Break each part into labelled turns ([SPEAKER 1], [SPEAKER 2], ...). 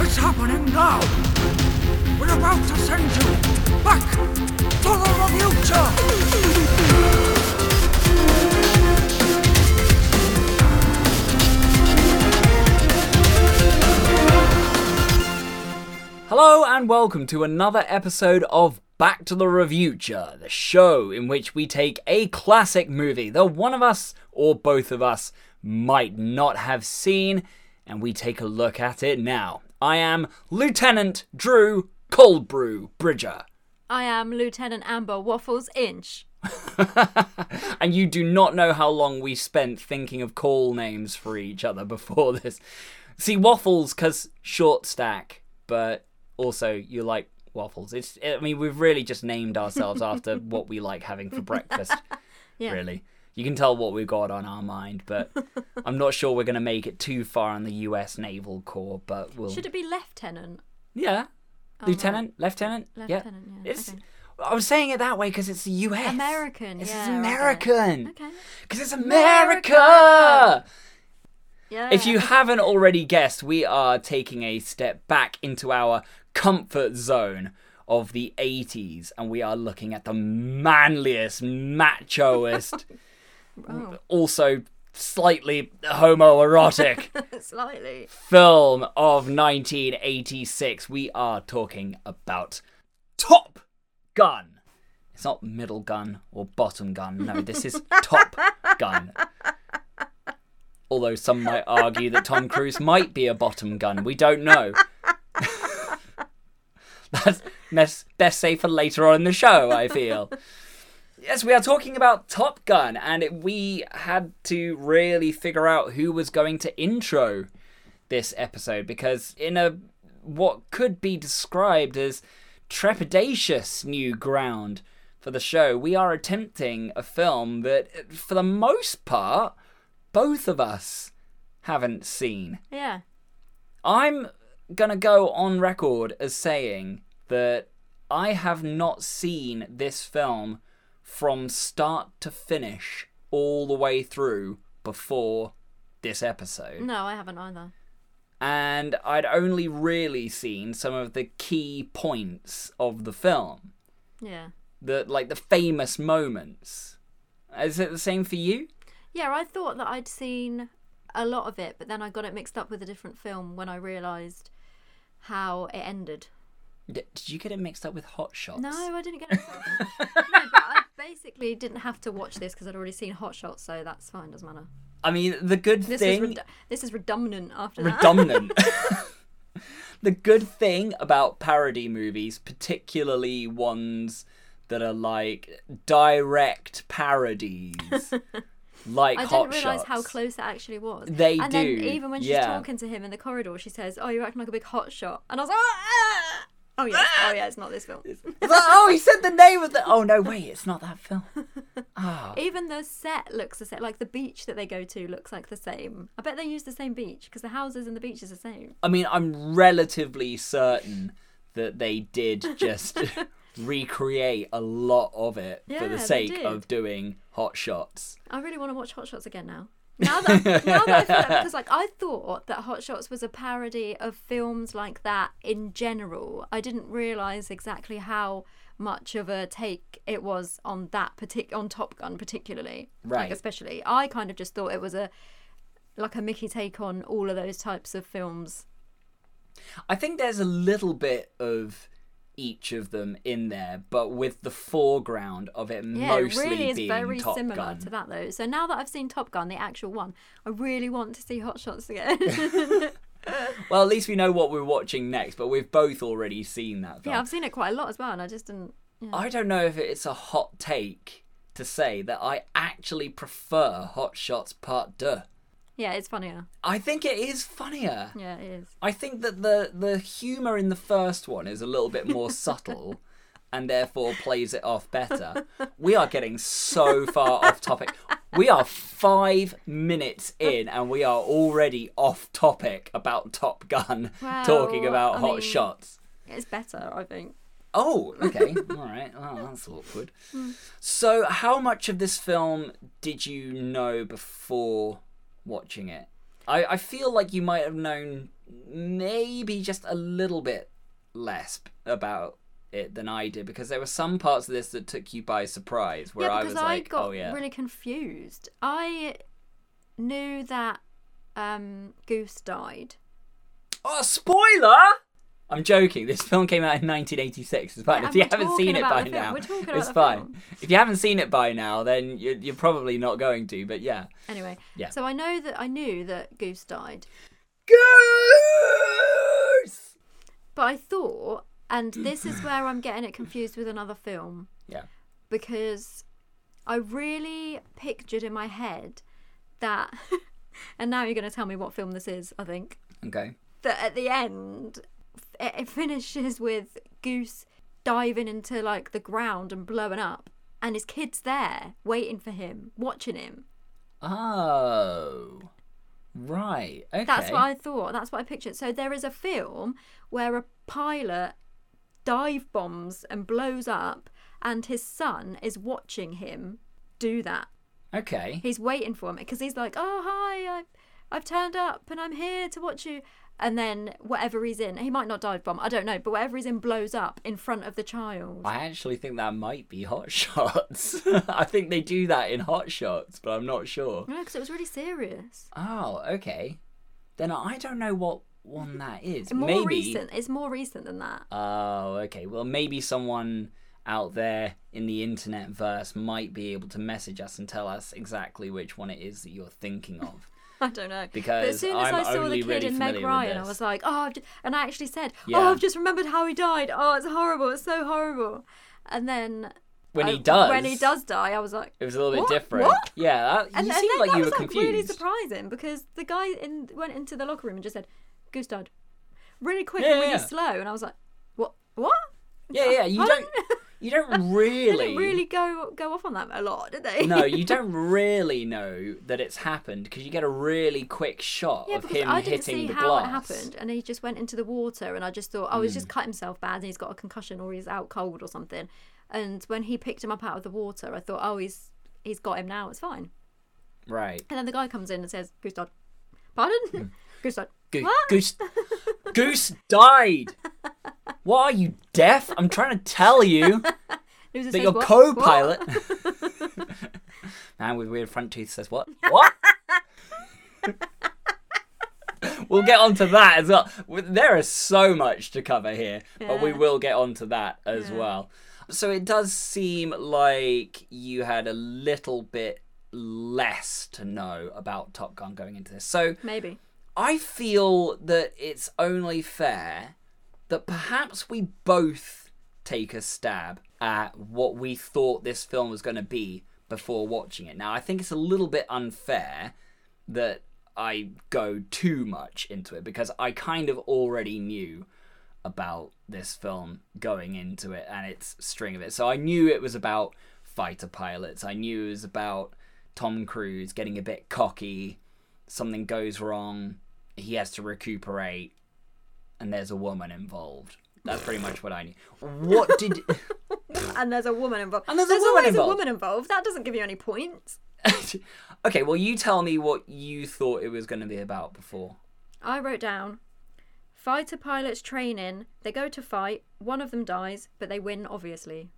[SPEAKER 1] is happening now. We're about to send you back to the future.
[SPEAKER 2] Hello and welcome to another episode of Back to the Revuture, the show in which we take a classic movie that one of us or both of us might not have seen, and we take a look at it now. I am Lieutenant Drew Cold Brew Bridger,
[SPEAKER 3] I am Lieutenant Amber Waffles Inch.
[SPEAKER 2] and you do not know how long we spent thinking of call names for each other before this. See, waffles, because short stack, but also you like waffles. It's, I mean, we've really just named ourselves after what we like having for breakfast,
[SPEAKER 3] Yeah.
[SPEAKER 2] really. You can tell what we've got on our mind, but I'm not sure we're going to make it too far in the US Naval Corps, but we'll.
[SPEAKER 3] Should it be Lieutenant?
[SPEAKER 2] Yeah. Lieutenant? Lieutenant? Yeah.
[SPEAKER 3] Oh, Lieutenant, yeah,
[SPEAKER 2] It's,
[SPEAKER 3] okay.
[SPEAKER 2] I was saying it that way because it's the US.
[SPEAKER 3] American,
[SPEAKER 2] It's
[SPEAKER 3] yeah, I get it.
[SPEAKER 2] American.
[SPEAKER 3] Okay.
[SPEAKER 2] Because it's America!
[SPEAKER 3] Yeah.
[SPEAKER 2] If you haven't already guessed, we are taking a step back into our comfort zone of the 80s and we are looking at the manliest, machoest,
[SPEAKER 3] Oh,
[SPEAKER 2] also slightly homoerotic
[SPEAKER 3] slightly.
[SPEAKER 2] film of 1986. We are talking about Top Gun. It's not middle gun or bottom gun. No, this is Top Gun. Although some might argue that Tom Cruise might be a bottom gun. We don't know. That's best, best safe for later on in the show, I feel. Yes, we are talking about Top Gun, and it, we had to really figure out who was going to intro this episode because in a what could be described as trepidatious new ground for the show we are attempting a film that for the most part both of us haven't seen
[SPEAKER 3] Yeah.
[SPEAKER 2] i'm going to go on record as saying that i have not seen this film from start to finish all the way through before this episode
[SPEAKER 3] No, I haven't either.
[SPEAKER 2] and I'd only really seen some of the key points of the film,
[SPEAKER 3] Yeah.
[SPEAKER 2] the like the famous moments. Is it the same for you?
[SPEAKER 3] Yeah, I thought that I'd seen a lot of it, but then I got it mixed up with a different film when I realised how it ended.
[SPEAKER 2] D- Did you get it mixed up with Hot Shots?
[SPEAKER 3] No, I didn't get it. no, but I basically didn't have to watch this because I'd already seen Hot Shots, so that's fine. Doesn't matter.
[SPEAKER 2] I mean the good
[SPEAKER 3] This
[SPEAKER 2] thing
[SPEAKER 3] is redu- this is redundant after that.
[SPEAKER 2] redundant. the good thing about parody movies, particularly ones that are like direct parodies, like
[SPEAKER 3] I
[SPEAKER 2] Hot
[SPEAKER 3] didn't realise
[SPEAKER 2] Shots.
[SPEAKER 3] how close that actually was.
[SPEAKER 2] They
[SPEAKER 3] and
[SPEAKER 2] do,
[SPEAKER 3] then even when she's
[SPEAKER 2] yeah.
[SPEAKER 3] talking to him in the corridor, she says, "Oh, you're acting like a big hot shot," and I was like, "Oh, ah! oh yeah, oh yeah, it's not this film."
[SPEAKER 2] It's like, oh, he said the name of the. Oh no, wait, it's not that film.
[SPEAKER 3] even the set looks the same. Like the beach that they go to looks like the same. I bet they use the same beach because the houses and the beach is the same.
[SPEAKER 2] I mean, I'm relatively certain that they did just recreate a lot of it for
[SPEAKER 3] Yeah,
[SPEAKER 2] the
[SPEAKER 3] they
[SPEAKER 2] sake
[SPEAKER 3] did.
[SPEAKER 2] of doing hot shots.
[SPEAKER 3] I really want to watch Hot Shots again now. Now that, now that I feel like, because like I thought that Hot Shots was a parody of films like that in general. I didn't realize exactly how much of a take it was on that partic- on Top Gun particularly, Like,
[SPEAKER 2] Right.
[SPEAKER 3] especially, I kind of just thought it was a like a Mickey take on all of those types of films.
[SPEAKER 2] I think there's a little bit of each of them in there, but with the foreground of it
[SPEAKER 3] Yeah, it
[SPEAKER 2] mostly
[SPEAKER 3] really is
[SPEAKER 2] being
[SPEAKER 3] very
[SPEAKER 2] Top
[SPEAKER 3] similar
[SPEAKER 2] Gun.
[SPEAKER 3] to that though. So now that I've seen Top Gun, the actual one, I really want to see Hot Shots again.
[SPEAKER 2] Well, at least we know what we're watching next, but we've both already seen that film.
[SPEAKER 3] yeah, I've seen it quite a lot as well, and I just didn't. Yeah.
[SPEAKER 2] I don't know if it's a hot take to say that I actually prefer Hot Shots Part 2.
[SPEAKER 3] Yeah, it's funnier.
[SPEAKER 2] I think it is funnier.
[SPEAKER 3] Yeah, it is.
[SPEAKER 2] I think that the the humor in the first one is a little bit more subtle and therefore plays it off better. We are getting so far off topic. We are 5 minutes in and we are already off topic about Top Gun talking
[SPEAKER 3] Well,
[SPEAKER 2] about
[SPEAKER 3] I
[SPEAKER 2] hot
[SPEAKER 3] mean-
[SPEAKER 2] shots.
[SPEAKER 3] It's better, I think.
[SPEAKER 2] Oh, okay. All right. Well, that's awkward.
[SPEAKER 3] Hmm.
[SPEAKER 2] So, how much of this film did you know before watching it? I, I feel like you might have known maybe just a little bit less p- about it than I did because there were some parts of this that took you by surprise where
[SPEAKER 3] yeah,
[SPEAKER 2] I
[SPEAKER 3] because
[SPEAKER 2] was
[SPEAKER 3] I
[SPEAKER 2] like,
[SPEAKER 3] got
[SPEAKER 2] oh yeah,
[SPEAKER 3] really confused. I knew that um, Goose died.
[SPEAKER 2] oh spoiler! I'm joking. This film came out in 1986. It's fine. if
[SPEAKER 3] Yeah, and
[SPEAKER 2] you
[SPEAKER 3] we're
[SPEAKER 2] haven't seen
[SPEAKER 3] talking
[SPEAKER 2] it
[SPEAKER 3] about
[SPEAKER 2] by
[SPEAKER 3] the film.
[SPEAKER 2] now,
[SPEAKER 3] We're talking about
[SPEAKER 2] it's
[SPEAKER 3] the
[SPEAKER 2] fine.
[SPEAKER 3] film.
[SPEAKER 2] If you haven't seen it by now, then you're, you're probably not going to. But yeah,
[SPEAKER 3] Anyway,
[SPEAKER 2] Yeah.
[SPEAKER 3] so I know that I knew that Goose died,
[SPEAKER 2] goose.
[SPEAKER 3] but I thought, and this is where I'm getting it confused with another film
[SPEAKER 2] Yeah.
[SPEAKER 3] because I really pictured in my head that, and now you're going to tell me what film this is. I think
[SPEAKER 2] Okay.
[SPEAKER 3] that at the end it, it finishes with Goose diving into like the ground and blowing up, and his kid's there waiting for him, watching him.
[SPEAKER 2] Oh, right. Okay.
[SPEAKER 3] That's what I thought. That's what I pictured. So there is a film where a pilot dive bombs and blows up, and his son is watching him do that.
[SPEAKER 2] Okay.
[SPEAKER 3] He's waiting for him because he's like, "Oh hi, I've, I've turned up and I'm here to watch you." And then whatever he's in, he might not dive bomb. I don't know, but whatever he's in blows up in front of the child.
[SPEAKER 2] I actually think that might be Hot Shots. I think they do that in Hot Shots, but I'm not sure.
[SPEAKER 3] No, because it was really serious.
[SPEAKER 2] Oh, okay. Then I don't know what one that is.
[SPEAKER 3] More
[SPEAKER 2] maybe.
[SPEAKER 3] recent. It's more recent than that.
[SPEAKER 2] Oh, okay. Well, maybe someone out there in the internet verse might be able to message us and tell us exactly which one it is that you're thinking of.
[SPEAKER 3] I don't know. but
[SPEAKER 2] Because
[SPEAKER 3] as soon as
[SPEAKER 2] I'm
[SPEAKER 3] I saw
[SPEAKER 2] only
[SPEAKER 3] the kid
[SPEAKER 2] really
[SPEAKER 3] in Meg
[SPEAKER 2] familiar with
[SPEAKER 3] Ryan, I
[SPEAKER 2] this.
[SPEAKER 3] was like, oh, I've ju-" and I actually said,
[SPEAKER 2] Yeah.
[SPEAKER 3] oh, I've just remembered how he died. Oh, it's horrible. It's so horrible. And then
[SPEAKER 2] When
[SPEAKER 3] I-
[SPEAKER 2] he does.
[SPEAKER 3] Oh, when he does die, I was like,
[SPEAKER 2] It was a little bit
[SPEAKER 3] "What?
[SPEAKER 2] different.
[SPEAKER 3] What?
[SPEAKER 2] Yeah, that,
[SPEAKER 3] And,
[SPEAKER 2] you
[SPEAKER 3] and
[SPEAKER 2] seemed
[SPEAKER 3] then
[SPEAKER 2] like
[SPEAKER 3] that
[SPEAKER 2] you were
[SPEAKER 3] was like really
[SPEAKER 2] confused.
[SPEAKER 3] surprising because the guy in, went into the locker room and just said, "Goose died," really quick
[SPEAKER 2] Yeah,
[SPEAKER 3] and really
[SPEAKER 2] yeah.
[SPEAKER 3] slow, and I was like, "What? What?"
[SPEAKER 2] yeah, yeah. You
[SPEAKER 3] Pardon?
[SPEAKER 2] don't. You don't
[SPEAKER 3] They didn't really go go off on that a lot, did they?
[SPEAKER 2] no, you don't really know that it's happened because you get a really quick shot
[SPEAKER 3] Yeah,
[SPEAKER 2] of
[SPEAKER 3] because
[SPEAKER 2] him
[SPEAKER 3] I didn't
[SPEAKER 2] hitting
[SPEAKER 3] see
[SPEAKER 2] the
[SPEAKER 3] how
[SPEAKER 2] glass. Hmm.
[SPEAKER 3] it happened, and he just went into the water, and I just thought, oh, he's just cut himself bad, and he's got a concussion, or he's out cold, or something. And when he picked him up out of the water, I thought, oh, he's he's got him now, it's fine.
[SPEAKER 2] Right.
[SPEAKER 3] And then the guy comes in and says, Goose died.
[SPEAKER 2] Hmm.
[SPEAKER 3] Pardon? Goose died.
[SPEAKER 2] Go-
[SPEAKER 3] What?
[SPEAKER 2] Goose. Goose died. What are you deaf? I'm trying to tell you
[SPEAKER 3] Loser
[SPEAKER 2] that
[SPEAKER 3] says
[SPEAKER 2] your
[SPEAKER 3] what?
[SPEAKER 2] co-pilot. Man with weird front tooth says what? What? we'll get onto that as well. We- There is so much to cover here, but we
[SPEAKER 3] Yeah.
[SPEAKER 2] will get onto that as
[SPEAKER 3] Yeah.
[SPEAKER 2] well. So it does seem like you had a little bit less to know about Top Gun going into this. So
[SPEAKER 3] What? Maybe.
[SPEAKER 2] I feel that it's only fair that perhaps we both take a stab at what we thought this film was going to be before watching it. Now, I think it's a little bit unfair that I go too much into it because I kind of already knew about this film going into it and its string of it. So I knew it was about fighter pilots. I knew it was about Tom Cruise getting a bit cocky. Something goes wrong. He has to recuperate. And there's a woman involved. That's pretty much what I knew. What did.
[SPEAKER 3] And there's a woman involved.
[SPEAKER 2] And there's a woman
[SPEAKER 3] always
[SPEAKER 2] involved.
[SPEAKER 3] a woman involved. That doesn't give you any points.
[SPEAKER 2] okay, well, you tell me what you thought it was going to be about before.
[SPEAKER 3] I wrote down fighter pilots training. They go to fight. One of them dies, but they win, obviously.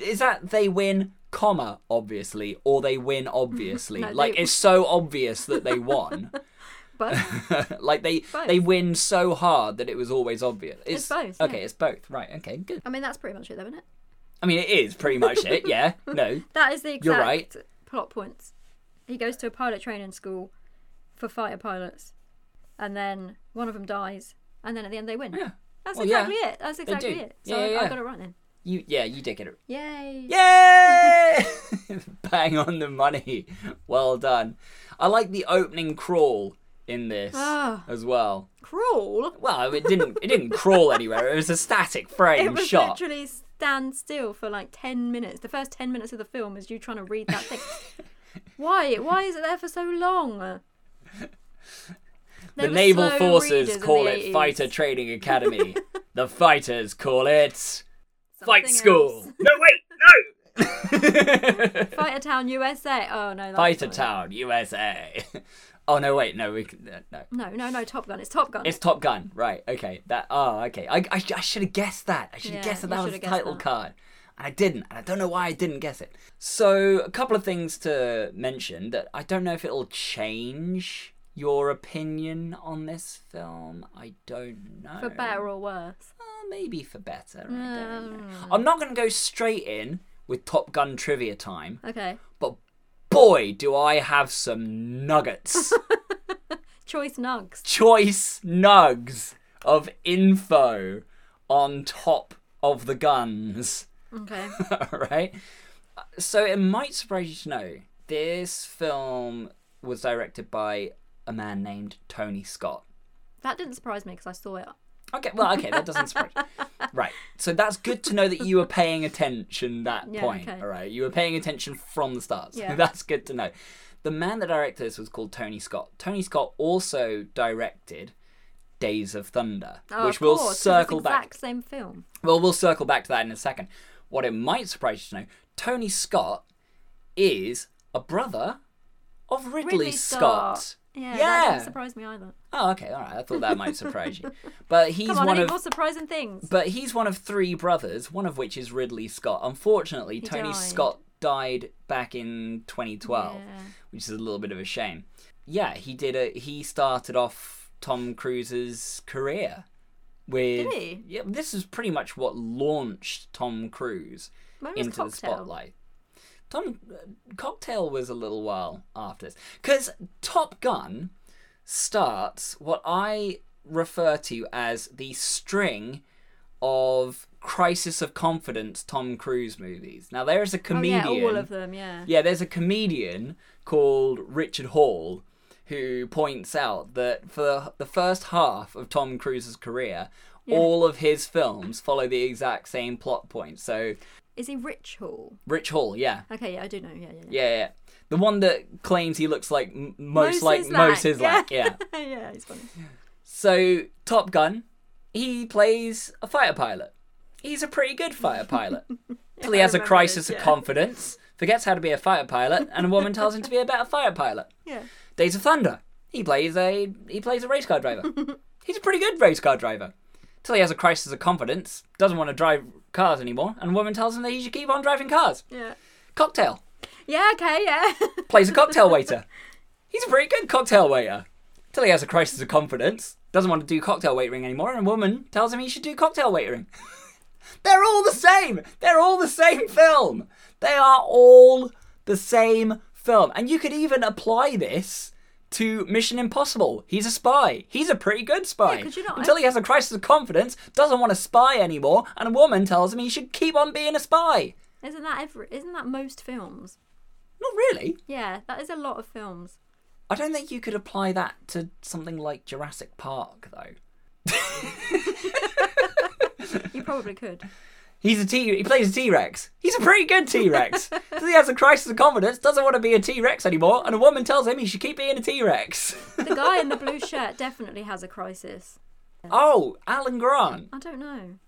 [SPEAKER 2] Is that they win, comma, obviously, or they win, obviously?
[SPEAKER 3] No,
[SPEAKER 2] like,
[SPEAKER 3] they-
[SPEAKER 2] it's so obvious that they won.
[SPEAKER 3] But
[SPEAKER 2] like they
[SPEAKER 3] Both.
[SPEAKER 2] they win so hard that it was always obvious.
[SPEAKER 3] It's both,
[SPEAKER 2] Okay,
[SPEAKER 3] yeah.
[SPEAKER 2] it's both. Right. Okay. Good.
[SPEAKER 3] I mean, that's pretty much it, though, isn't it?
[SPEAKER 2] I mean, it is pretty much it. Yeah. No.
[SPEAKER 3] That is the exact
[SPEAKER 2] You're right.
[SPEAKER 3] plot points. He goes to a pilot training school for fighter pilots, and then one of them dies, and then at the end they win.
[SPEAKER 2] Yeah.
[SPEAKER 3] That's
[SPEAKER 2] Well,
[SPEAKER 3] exactly
[SPEAKER 2] yeah.
[SPEAKER 3] it. That's exactly
[SPEAKER 2] do.
[SPEAKER 3] it. So
[SPEAKER 2] Yeah, yeah,
[SPEAKER 3] I, I
[SPEAKER 2] yeah.
[SPEAKER 3] got it right then.
[SPEAKER 2] You. Yeah. You did get it.
[SPEAKER 3] Yay!
[SPEAKER 2] Yay! Bang on the money. Well done. I like the opening crawl in this
[SPEAKER 3] Ah.
[SPEAKER 2] as well.
[SPEAKER 3] Crawl.
[SPEAKER 2] Well, it didn't. It didn't crawl anywhere. It was a static frame
[SPEAKER 3] It was
[SPEAKER 2] shot.
[SPEAKER 3] literally stand still for like ten minutes. The first ten minutes of the film is you trying to read that thing. Why? Why is it there for so long?
[SPEAKER 2] the naval forces call it Fighter Training Academy. the fighters call it Fight School. No, wait, no.
[SPEAKER 3] Fighter Town USA. Oh no, that's
[SPEAKER 2] Fighter
[SPEAKER 3] not it.
[SPEAKER 2] Town, USA. oh no, wait, no, we can, uh, no.
[SPEAKER 3] No, no, no. Top Gun. It's Top Gun.
[SPEAKER 2] It's Top Gun, right? Okay, that. Oh, okay. I I, should have guessed that. I should have
[SPEAKER 3] Yeah,
[SPEAKER 2] guessed that
[SPEAKER 3] you
[SPEAKER 2] that was the
[SPEAKER 3] shoulda guessed
[SPEAKER 2] title
[SPEAKER 3] that.
[SPEAKER 2] card, and I didn't. And I don't know why I didn't guess it. So a couple of things to mention that I don't know if it'll change your opinion on this film. I don't know.
[SPEAKER 3] for better Mm. or worse.
[SPEAKER 2] Uh, maybe for better. I don't know. I'm not going to go straight in with Top Gun trivia time,
[SPEAKER 3] Okay.
[SPEAKER 2] but boy, do I have some nuggets.
[SPEAKER 3] Choice nugs.
[SPEAKER 2] choice nugs of info on top of the guns.
[SPEAKER 3] Okay.
[SPEAKER 2] right? So it might surprise you to know this film was directed by a man named Tony Scott.
[SPEAKER 3] that didn't surprise me because I saw it.
[SPEAKER 2] Okay, well, okay, that doesn't surprise. you. Right, so that's good to know that you were paying attention that
[SPEAKER 3] Yeah,
[SPEAKER 2] point.
[SPEAKER 3] okay.
[SPEAKER 2] All right, you were paying attention from the start. So
[SPEAKER 3] Yeah.
[SPEAKER 2] that's good to know. The man that directed this was called Tony Scott. Tony Scott also directed Days of Thunder,
[SPEAKER 3] Oh,
[SPEAKER 2] which
[SPEAKER 3] of
[SPEAKER 2] we'll
[SPEAKER 3] course, 'cause it's
[SPEAKER 2] circle
[SPEAKER 3] exact
[SPEAKER 2] back.
[SPEAKER 3] same film.
[SPEAKER 2] Well, we'll circle back to that in a second. What it might surprise you to know, Tony Scott is a brother of Ridley,
[SPEAKER 3] Ridley
[SPEAKER 2] Scott.
[SPEAKER 3] Yeah,
[SPEAKER 2] Yeah.
[SPEAKER 3] That didn't surprise me either.
[SPEAKER 2] Oh, okay, all right. I thought that might surprise you, but he's
[SPEAKER 3] Come on,
[SPEAKER 2] one
[SPEAKER 3] any
[SPEAKER 2] of
[SPEAKER 3] more surprising things?
[SPEAKER 2] but he's one of three brothers, one of which is Ridley Scott. Unfortunately, Tony
[SPEAKER 3] died.
[SPEAKER 2] Scott died back in 2012,
[SPEAKER 3] Yeah.
[SPEAKER 2] which is a little bit of a shame. Yeah, he did a he started off Tom Cruise's career with
[SPEAKER 3] Did he?
[SPEAKER 2] Yeah, this is pretty much what launched Tom Cruise
[SPEAKER 3] When was
[SPEAKER 2] into
[SPEAKER 3] Cocktail?
[SPEAKER 2] the spotlight. Tom uh, Cocktail was a little while after this cuz Top Gun starts what I refer to as the string of crisis of confidence Tom Cruise movies. Now there is a
[SPEAKER 3] Oh,
[SPEAKER 2] comedian
[SPEAKER 3] yeah, all of them. Yeah.
[SPEAKER 2] yeah, there's a comedian called Richard Hall who points out that for the first half of Tom Cruise's career, all of his films follow the exact same plot point. So,
[SPEAKER 3] Is he Rich Hall?
[SPEAKER 2] Rich Hall, yeah.
[SPEAKER 3] Okay, yeah, I do know. Yeah, yeah, yeah.
[SPEAKER 2] Yeah, yeah, yeah. The one that claims he looks like m- most like
[SPEAKER 3] Sislak,
[SPEAKER 2] Mo Sislak, yeah.
[SPEAKER 3] yeah. he's funny.
[SPEAKER 2] So, Top Gun, he plays a fighter pilot. He's a pretty good fighter pilot. Till he
[SPEAKER 3] I
[SPEAKER 2] has a
[SPEAKER 3] remember
[SPEAKER 2] crisis
[SPEAKER 3] this,
[SPEAKER 2] of
[SPEAKER 3] yeah.
[SPEAKER 2] confidence, forgets how to be a fighter pilot, and a woman tells him to be a better fighter pilot.
[SPEAKER 3] Yeah.
[SPEAKER 2] Days of Thunder. He plays a he plays a race car driver. He's a pretty good race car driver. Till he has a crisis of confidence, doesn't want to drive cars anymore, and a woman tells him that he should keep on driving cars.
[SPEAKER 3] Yeah.
[SPEAKER 2] Cocktail
[SPEAKER 3] Yeah, okay, yeah.
[SPEAKER 2] plays a cocktail waiter. He's a pretty good cocktail waiter. Till he has a crisis of confidence, doesn't want to do cocktail waitering anymore, and a woman tells him he should do cocktail waitering. They're all the same. They're all the same film. They are all the same film. And you could even apply this to Mission Impossible. He's a spy. He's a pretty good spy.
[SPEAKER 3] Yeah, could you not-
[SPEAKER 2] Until he has a crisis of confidence, doesn't want to spy anymore, and a woman tells him he should keep on being a spy.
[SPEAKER 3] isn't that every isn't that most films?
[SPEAKER 2] Not really.
[SPEAKER 3] Yeah, that is a lot of films.
[SPEAKER 2] I don't think you could apply that to something like Jurassic Park, though.
[SPEAKER 3] You probably could.
[SPEAKER 2] He's a T. He plays a T Rex. He's a pretty good T Rex. so he has a crisis of confidence, doesn't want to be a T Rex anymore, and a woman tells him he should keep being a T Rex.
[SPEAKER 3] The guy in the blue shirt definitely has a crisis.
[SPEAKER 2] oh, Alan Grant.
[SPEAKER 3] I don't know.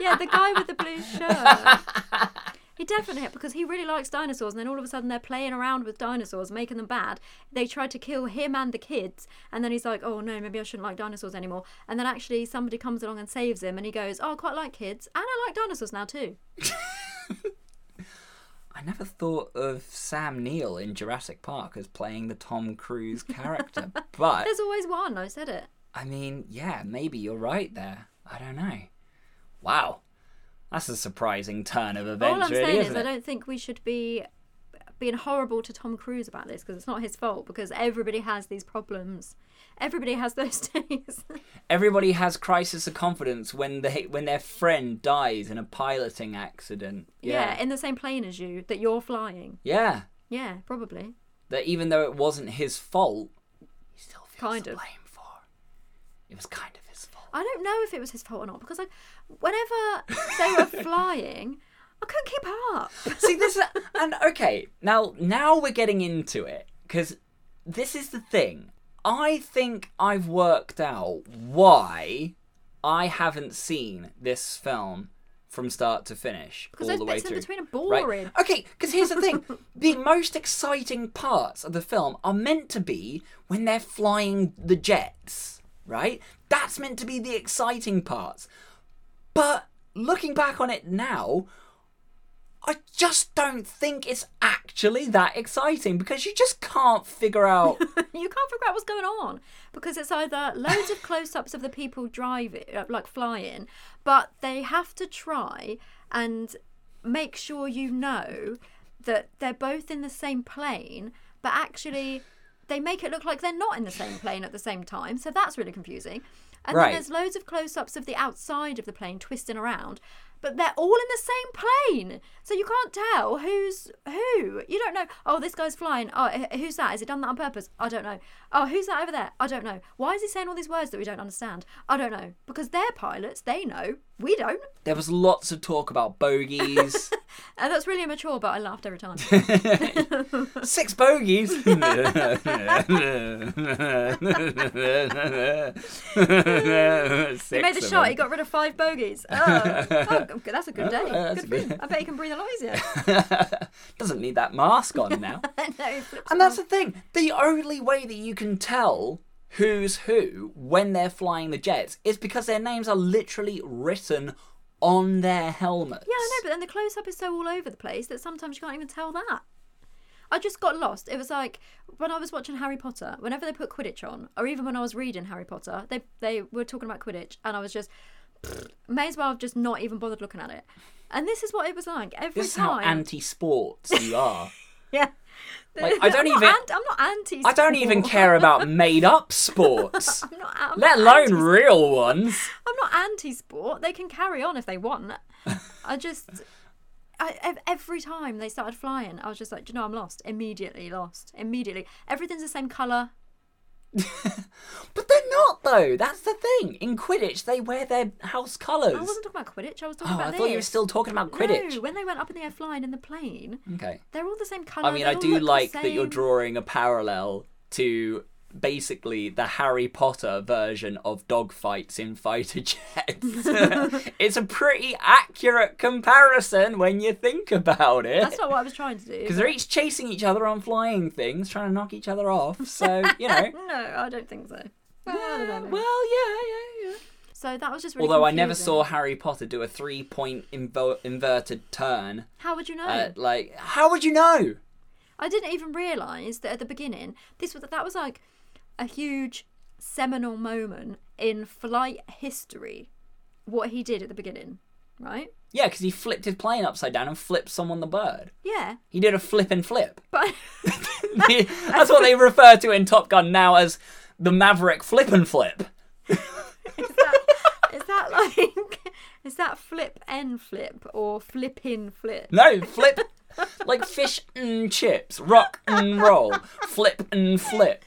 [SPEAKER 3] yeah, the guy with the blue shirt. He definitely because he really likes dinosaurs, and then all of a sudden they're playing around with dinosaurs, making them bad. They try to kill him and the kids, and then he's like, "Oh no, maybe I shouldn't like dinosaurs anymore." And then actually somebody comes along and saves him, and he goes, "Oh, I quite like kids, and I like dinosaurs now too."
[SPEAKER 2] I never thought of Sam Neill in Jurassic Park as playing the Tom Cruise character, but
[SPEAKER 3] There's always one. I said it.
[SPEAKER 2] I mean, yeah, maybe you're right there. I don't know. Wow, that's a surprising turn of events,
[SPEAKER 3] All I'm
[SPEAKER 2] really,
[SPEAKER 3] saying is,
[SPEAKER 2] isn't
[SPEAKER 3] I
[SPEAKER 2] it?
[SPEAKER 3] don't think we should be being horrible to Tom Cruise about this because it's not his fault. Because everybody has these problems. Everybody has those days.
[SPEAKER 2] Everybody has crisis of confidence when they when their friend dies in a piloting accident.
[SPEAKER 3] yeah.
[SPEAKER 2] Yeah.
[SPEAKER 3] in the same plane as you that you're flying.
[SPEAKER 2] Yeah.
[SPEAKER 3] Yeah, probably.
[SPEAKER 2] That even though it wasn't his fault, he still feels
[SPEAKER 3] Kind
[SPEAKER 2] the
[SPEAKER 3] of.
[SPEAKER 2] blame for. It was kind of his fault.
[SPEAKER 3] I don't know if it was his fault or not because like whenever they were flying, I couldn't keep up.
[SPEAKER 2] See this is- and okay, now now we're getting into it cuz this is the thing. I think I've worked out why I haven't seen this film from start to finish,
[SPEAKER 3] Because
[SPEAKER 2] all
[SPEAKER 3] those
[SPEAKER 2] the way
[SPEAKER 3] bits in
[SPEAKER 2] through.
[SPEAKER 3] between are
[SPEAKER 2] right?
[SPEAKER 3] boring.
[SPEAKER 2] Okay, because here's the thing: the most exciting parts of the film are meant to be when they're flying the jets, right? That's meant to be the exciting parts. But looking back on it now, I just don't think it's actually that exciting because you just can't figure out
[SPEAKER 3] you can't figure out what's going on because it's either loads of close-ups of the people driving uh, like flying but they have to try and make sure you know that they're both in the same plane but actually they make it look like they're not in the same plane at the same time so that's really confusing and
[SPEAKER 2] Right.
[SPEAKER 3] then there's loads of close-ups of the outside of the plane twisting around but they're all in the same plane so you can't tell who's who you don't know oh this guy's flying oh h- who's that is it done that on purpose i don't know oh who's that over there i don't know why is he saying all these words that we don't understand i don't know because they're pilots they know we don't
[SPEAKER 2] there was lots of talk about bogeys.
[SPEAKER 3] and that's really immature but i laughed every time
[SPEAKER 2] Six bogeys.
[SPEAKER 3] he made a shot he got rid of five bogeys oh, oh g- that's a good day
[SPEAKER 2] that's
[SPEAKER 3] good
[SPEAKER 2] a good-
[SPEAKER 3] thing. i bet he can breathe a lot easier
[SPEAKER 2] Doesn't need that mask on now.
[SPEAKER 3] no, he flips
[SPEAKER 2] And that's
[SPEAKER 3] around.
[SPEAKER 2] the thing. The only way that you can tell who's who when they're flying the jets is because their names are literally written on their helmets.
[SPEAKER 3] Yeah, I know, but then the close up is so all over the place that sometimes you can't even tell that. I just got lost. It was like when I was watching Harry Potter, whenever they put Quidditch on, or even when I was reading Harry Potter, they they were talking about Quidditch and I was just may as well have just not even bothered looking at it. And this is what it was like every
[SPEAKER 2] This is how
[SPEAKER 3] time.
[SPEAKER 2] anti sports you are.
[SPEAKER 3] yeah.
[SPEAKER 2] Like, I don't
[SPEAKER 3] I'm not
[SPEAKER 2] even-
[SPEAKER 3] ant- I'm not anti
[SPEAKER 2] I don't even care about made up sports,
[SPEAKER 3] I'm not, I'm
[SPEAKER 2] let
[SPEAKER 3] not
[SPEAKER 2] alone
[SPEAKER 3] anti-
[SPEAKER 2] real ones.
[SPEAKER 3] I'm not anti sport. They can carry on if they want. I just. I, ev- every time they started flying, I was just like, Do you know, I'm lost. Immediately lost. Immediately. Everything's the same colour.
[SPEAKER 2] But they're not though. That's the thing. In Quidditch, they wear their house colours.
[SPEAKER 3] I wasn't talking about Quidditch. I was talking
[SPEAKER 2] Oh,
[SPEAKER 3] about
[SPEAKER 2] I
[SPEAKER 3] this.
[SPEAKER 2] thought you were still talking about
[SPEAKER 3] No,
[SPEAKER 2] Quidditch.
[SPEAKER 3] when they went up in the air flying in the plane,
[SPEAKER 2] Okay.
[SPEAKER 3] they're all the same colour.
[SPEAKER 2] I mean,
[SPEAKER 3] they
[SPEAKER 2] I
[SPEAKER 3] all
[SPEAKER 2] do
[SPEAKER 3] look the
[SPEAKER 2] like that you're
[SPEAKER 3] same.
[SPEAKER 2] drawing a parallel to basically the Harry Potter version of dogfights in fighter jets. it's a pretty accurate comparison when you think about it.
[SPEAKER 3] That's not what I was trying to
[SPEAKER 2] Because
[SPEAKER 3] do.
[SPEAKER 2] they're each chasing each other on flying things, trying to knock each other off. So, you know.
[SPEAKER 3] No, I don't think so. I don't know.
[SPEAKER 2] well, yeah, yeah, yeah.
[SPEAKER 3] So that was just really
[SPEAKER 2] Although I never
[SPEAKER 3] confusing.
[SPEAKER 2] saw Harry Potter do a three point invo- inverted turn.
[SPEAKER 3] How would you know?
[SPEAKER 2] Uh, like, how would you know?
[SPEAKER 3] I didn't even realise that at the beginning, this was that was like a huge seminal moment in flight history. What he did at the beginning, right?
[SPEAKER 2] Yeah, because he flipped his plane upside down and flipped someone the bird.
[SPEAKER 3] Yeah,
[SPEAKER 2] He did a flip and flip.
[SPEAKER 3] but
[SPEAKER 2] That's what they refer to in Top Gun now as the Maverick flip and flip.
[SPEAKER 3] is that, is that like is that flip and flip or flip in flip?
[SPEAKER 2] No, flip. like fish and chips, rock and roll, flip and flip.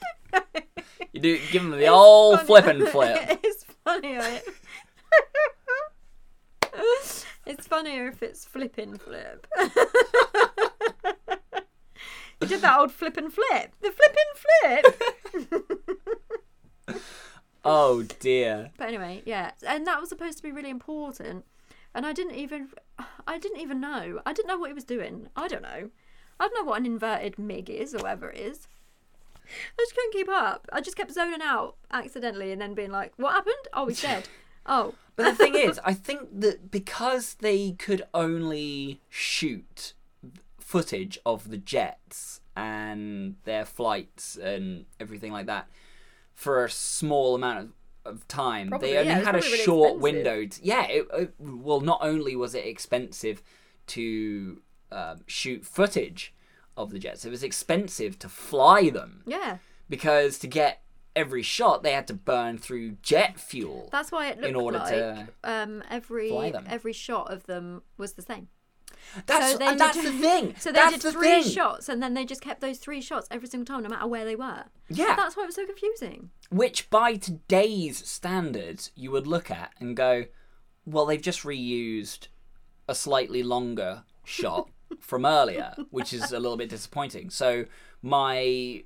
[SPEAKER 2] You do give him the old flip and flip.
[SPEAKER 3] it's funnier. if- it's funnier if it's flip in flip. you did that old flip and flip. The flip in flip.
[SPEAKER 2] Oh dear.
[SPEAKER 3] But anyway, yeah, and that was supposed to be really important, and I didn't even, I didn't even know. I didn't know what he was doing. I don't know. I don't know what an inverted mig is or whatever it is. I just couldn't keep up. I just kept zoning out accidentally, and then being like, "What happened? Oh, he's dead. Oh,
[SPEAKER 2] But the thing is, I think that because they could only shoot footage of the jets and their flights and everything like that for a small amount of, of time,
[SPEAKER 3] Probably,
[SPEAKER 2] they only
[SPEAKER 3] yeah, it was
[SPEAKER 2] had a
[SPEAKER 3] probably really
[SPEAKER 2] short
[SPEAKER 3] expensive.
[SPEAKER 2] window. To, yeah, it, it- well, not only was it expensive to um, shoot footage of the jets, it was expensive to fly them
[SPEAKER 3] yeah."
[SPEAKER 2] because to get every shot, they had to burn through jet fuel.
[SPEAKER 3] That's why it looked
[SPEAKER 2] order
[SPEAKER 3] like
[SPEAKER 2] to
[SPEAKER 3] um, every
[SPEAKER 2] fly them.
[SPEAKER 3] every shot of them was the same.
[SPEAKER 2] That's
[SPEAKER 3] So they
[SPEAKER 2] and that's
[SPEAKER 3] did-
[SPEAKER 2] the thing.
[SPEAKER 3] So they
[SPEAKER 2] that's
[SPEAKER 3] did
[SPEAKER 2] the
[SPEAKER 3] three
[SPEAKER 2] thing.
[SPEAKER 3] shots, and then they just kept those three shots every single time, no matter where they were.
[SPEAKER 2] Yeah.
[SPEAKER 3] that's why it was so confusing.
[SPEAKER 2] Which by today's standards, you would look at and go, well, they've just reused a slightly longer shot from earlier, which is a little bit disappointing. So my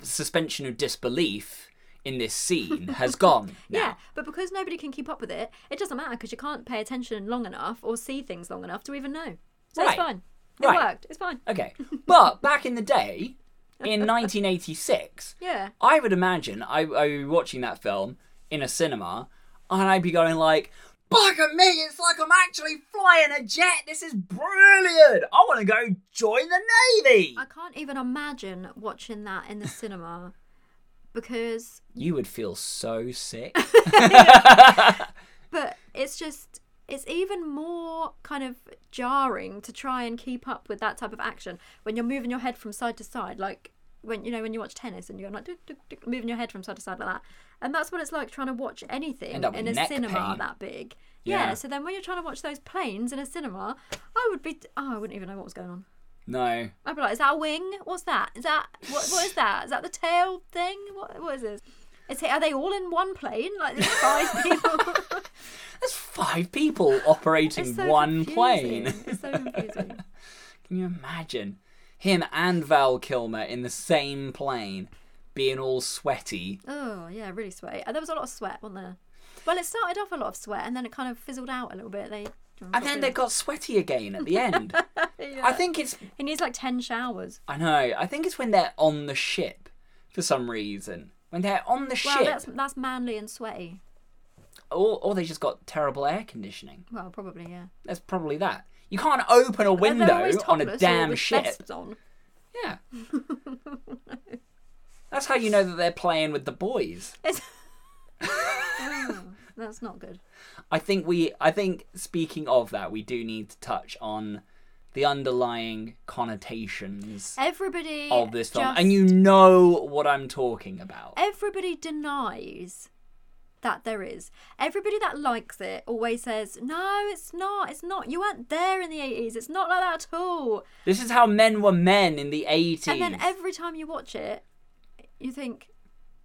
[SPEAKER 2] suspension of disbelief in this scene has gone. now.
[SPEAKER 3] Yeah, but because nobody can keep up with it, it doesn't matter because you can't pay attention long enough or see things long enough to even know. So
[SPEAKER 2] Right.
[SPEAKER 3] it's fine. It
[SPEAKER 2] Right.
[SPEAKER 3] worked. It's fine.
[SPEAKER 2] Okay. But back in the day, in 1986,
[SPEAKER 3] Yeah.
[SPEAKER 2] I would imagine I, I would be watching that film in a cinema and I'd be going like, Look at me, it's like I'm actually flying a jet. This is brilliant. I want to go join the Navy.
[SPEAKER 3] I can't even imagine watching that in the cinema because,
[SPEAKER 2] You would feel so sick.
[SPEAKER 3] but it's just, it's even more kind of jarring to try and keep up with that type of action when you're moving your head from side to side, like when you know when you watch tennis and you're like "Duk, duk, duk," moving your head from side to side like that. And that's what it's like trying to watch anything
[SPEAKER 2] End up
[SPEAKER 3] in
[SPEAKER 2] with
[SPEAKER 3] a
[SPEAKER 2] neck
[SPEAKER 3] cinema
[SPEAKER 2] pain.
[SPEAKER 3] that big. Yeah.
[SPEAKER 2] Yeah.
[SPEAKER 3] So then when you're trying to watch those planes in a cinema, I would be, oh, I wouldn't even know what was going on.
[SPEAKER 2] no.
[SPEAKER 3] I'd be like, is that a wing? What's that? Is that what? What is that? Is that the tail thing? What? What is this? Is it, are they all in one plane? Like there's five people.
[SPEAKER 2] There's five people operating
[SPEAKER 3] It's so
[SPEAKER 2] one
[SPEAKER 3] confusing.
[SPEAKER 2] plane.
[SPEAKER 3] It's so confusing.
[SPEAKER 2] Can you imagine him and Val Kilmer in the same plane, being all sweaty?
[SPEAKER 3] Oh yeah, really sweaty. And There was a lot of sweat, wasn't there? Well, it started off a lot of sweat, and then it kind of fizzled out a little bit. They
[SPEAKER 2] And then they got sweaty again at the end. I think it's
[SPEAKER 3] he needs like ten showers.
[SPEAKER 2] I know. I think it's when they're on the ship for some reason. When they're on the
[SPEAKER 3] Well,
[SPEAKER 2] ship,
[SPEAKER 3] that's that's manly and sweaty.
[SPEAKER 2] or, or they just got terrible air conditioning.
[SPEAKER 3] Well, probably yeah.
[SPEAKER 2] That's probably that. You can't open a
[SPEAKER 3] They're- they're
[SPEAKER 2] window
[SPEAKER 3] always
[SPEAKER 2] on
[SPEAKER 3] topless
[SPEAKER 2] a
[SPEAKER 3] or
[SPEAKER 2] damn
[SPEAKER 3] with
[SPEAKER 2] ship.
[SPEAKER 3] vests on.
[SPEAKER 2] Yeah. That's how you know that they're playing with the boys.
[SPEAKER 3] It's... Oh, that's not good.
[SPEAKER 2] I think we I think speaking of that, we do need to touch on the underlying connotations
[SPEAKER 3] Everybody
[SPEAKER 2] of this film.
[SPEAKER 3] just-
[SPEAKER 2] And you know what I'm talking about.
[SPEAKER 3] everybody denies that there is. Everybody that likes it always says, "No, it's not. It's not. You weren't there in the 80s. It's not like that at all."
[SPEAKER 2] This is how men were men in the 80s.
[SPEAKER 3] And then every time you watch it, you think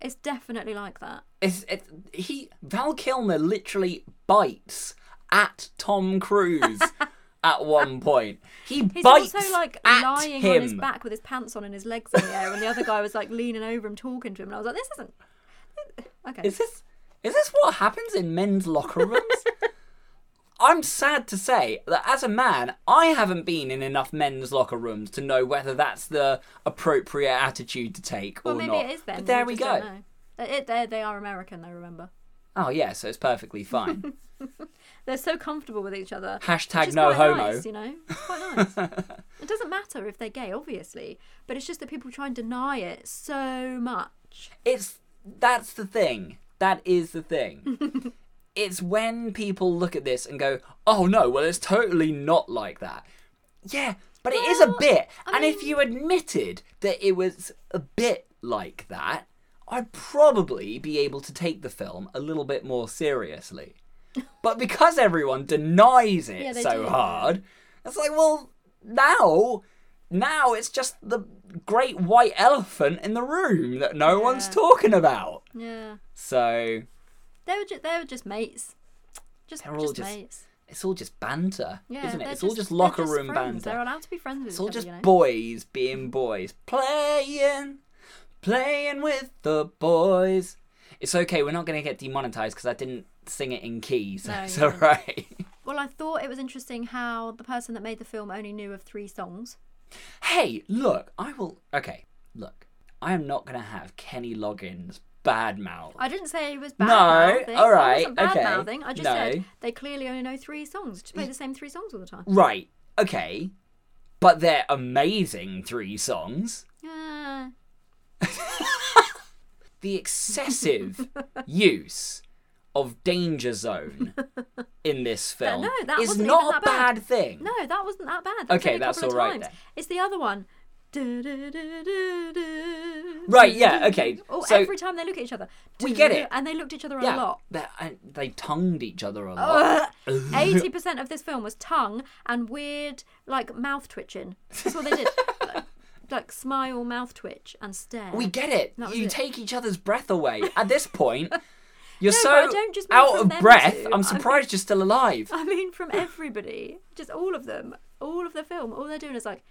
[SPEAKER 3] it's definitely like that.
[SPEAKER 2] It's, it, he Val Kilmer literally bites at Tom Cruise at one point. He
[SPEAKER 3] He's
[SPEAKER 2] bites
[SPEAKER 3] also like
[SPEAKER 2] at
[SPEAKER 3] lying
[SPEAKER 2] him.
[SPEAKER 3] on his back with his pants on and his legs in the air, and the other guy was like leaning over him, talking to him, and I was like, "This isn't." Okay.
[SPEAKER 2] Is this is this what happens in men's locker rooms? I'm sad to say that as a man, I haven't been in enough men's locker rooms to know whether that's the appropriate attitude to take
[SPEAKER 3] well,
[SPEAKER 2] or
[SPEAKER 3] maybe
[SPEAKER 2] not.
[SPEAKER 3] it is then.
[SPEAKER 2] But there
[SPEAKER 3] we
[SPEAKER 2] we
[SPEAKER 3] just don't
[SPEAKER 2] go.
[SPEAKER 3] know. It, they, they are American, though. Remember,
[SPEAKER 2] Oh yeah, so it's perfectly fine.
[SPEAKER 3] they're so comfortable with each other.
[SPEAKER 2] Hashtag
[SPEAKER 3] Which is
[SPEAKER 2] no
[SPEAKER 3] quite
[SPEAKER 2] homo.
[SPEAKER 3] Nice, you know, it's quite nice. it doesn't matter if they're gay, obviously, but it's just that people try and deny it so much.
[SPEAKER 2] it's that's the thing. That is the thing. it's when people look at this and go, "Oh no, well it's totally not like that." Yeah, but it is a
[SPEAKER 3] Well,
[SPEAKER 2] bit.
[SPEAKER 3] I
[SPEAKER 2] and if
[SPEAKER 3] mean-
[SPEAKER 2] you admitted that it was a bit like that, I'd probably be able to take the film a little bit more seriously. But because everyone denies it
[SPEAKER 3] Yeah, they
[SPEAKER 2] so
[SPEAKER 3] do.
[SPEAKER 2] hard, it's like, well, now now it's just the great white elephant in the room that no one's
[SPEAKER 3] Yeah.
[SPEAKER 2] talking about.
[SPEAKER 3] Yeah,
[SPEAKER 2] So
[SPEAKER 3] they were just they were just mates, just
[SPEAKER 2] They're all
[SPEAKER 3] just,
[SPEAKER 2] just-
[SPEAKER 3] mates.
[SPEAKER 2] it's all just banter,
[SPEAKER 3] Yeah,
[SPEAKER 2] isn't it?
[SPEAKER 3] they're
[SPEAKER 2] It's all just
[SPEAKER 3] they're
[SPEAKER 2] locker
[SPEAKER 3] just
[SPEAKER 2] room
[SPEAKER 3] friends. They're
[SPEAKER 2] banter.
[SPEAKER 3] allowed to be friends with
[SPEAKER 2] It's
[SPEAKER 3] each
[SPEAKER 2] all
[SPEAKER 3] other.
[SPEAKER 2] just
[SPEAKER 3] you know?
[SPEAKER 2] boys being boys, playing, playing with the boys. It's okay. We're not going to get demonetized because I didn't sing it in key, so
[SPEAKER 3] No,
[SPEAKER 2] it's
[SPEAKER 3] you
[SPEAKER 2] all
[SPEAKER 3] didn't.
[SPEAKER 2] right.
[SPEAKER 3] well, I thought it was interesting how the person that made the film only knew of three songs.
[SPEAKER 2] Hey, look, I will. Okay, look, I am not going to have Kenny Loggins bad mouth.
[SPEAKER 3] I didn't say it was bad.
[SPEAKER 2] No,
[SPEAKER 3] mouthing.
[SPEAKER 2] all
[SPEAKER 3] It
[SPEAKER 2] right,
[SPEAKER 3] wasn't bad
[SPEAKER 2] okay,
[SPEAKER 3] mouthing. I just
[SPEAKER 2] no.
[SPEAKER 3] said they clearly only know three songs. Just play the same three songs all the time.
[SPEAKER 2] Right, okay. But they're amazing three songs.
[SPEAKER 3] Yeah.
[SPEAKER 2] The excessive use of Danger Zone in this film
[SPEAKER 3] no, that
[SPEAKER 2] is
[SPEAKER 3] wasn't
[SPEAKER 2] not
[SPEAKER 3] even
[SPEAKER 2] a
[SPEAKER 3] that bad.
[SPEAKER 2] thing.
[SPEAKER 3] No, that wasn't that bad. That was
[SPEAKER 2] Okay,
[SPEAKER 3] only a
[SPEAKER 2] that's
[SPEAKER 3] couple of
[SPEAKER 2] all right
[SPEAKER 3] times.
[SPEAKER 2] then.
[SPEAKER 3] It's the other one. Du-du-du-du-du.
[SPEAKER 2] Right, yeah, okay,
[SPEAKER 3] Oh,
[SPEAKER 2] so-
[SPEAKER 3] every time they look at each other.
[SPEAKER 2] We get it.
[SPEAKER 3] And they looked at each other a
[SPEAKER 2] Yeah,
[SPEAKER 3] lot. Oh.
[SPEAKER 2] they, and they tongued each other a lot.
[SPEAKER 3] Eighty percent of this film was tongue and weird, like mouth twitching. That's what they did. like, like smile, mouth twitch, and stare.
[SPEAKER 2] we get it.
[SPEAKER 3] was
[SPEAKER 2] You
[SPEAKER 3] it.
[SPEAKER 2] take each other's breath away. At this point, you're so
[SPEAKER 3] but I don't just mean
[SPEAKER 2] out
[SPEAKER 3] from
[SPEAKER 2] of
[SPEAKER 3] them
[SPEAKER 2] breath.
[SPEAKER 3] two.
[SPEAKER 2] i
[SPEAKER 3] I
[SPEAKER 2] I'm
[SPEAKER 3] mean-
[SPEAKER 2] surprised you're still alive.
[SPEAKER 3] I mean, from everybody, just all of them, all of the film, all they're doing is like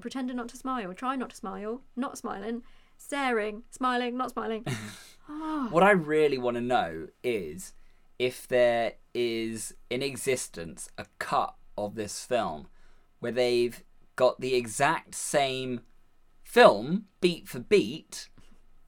[SPEAKER 3] pretending not to smile, trying not to smile, not smiling, staring, smiling, not smiling.
[SPEAKER 2] What I really want to know is if there is in existence a cut of this film where they've got the exact same film beat for beat,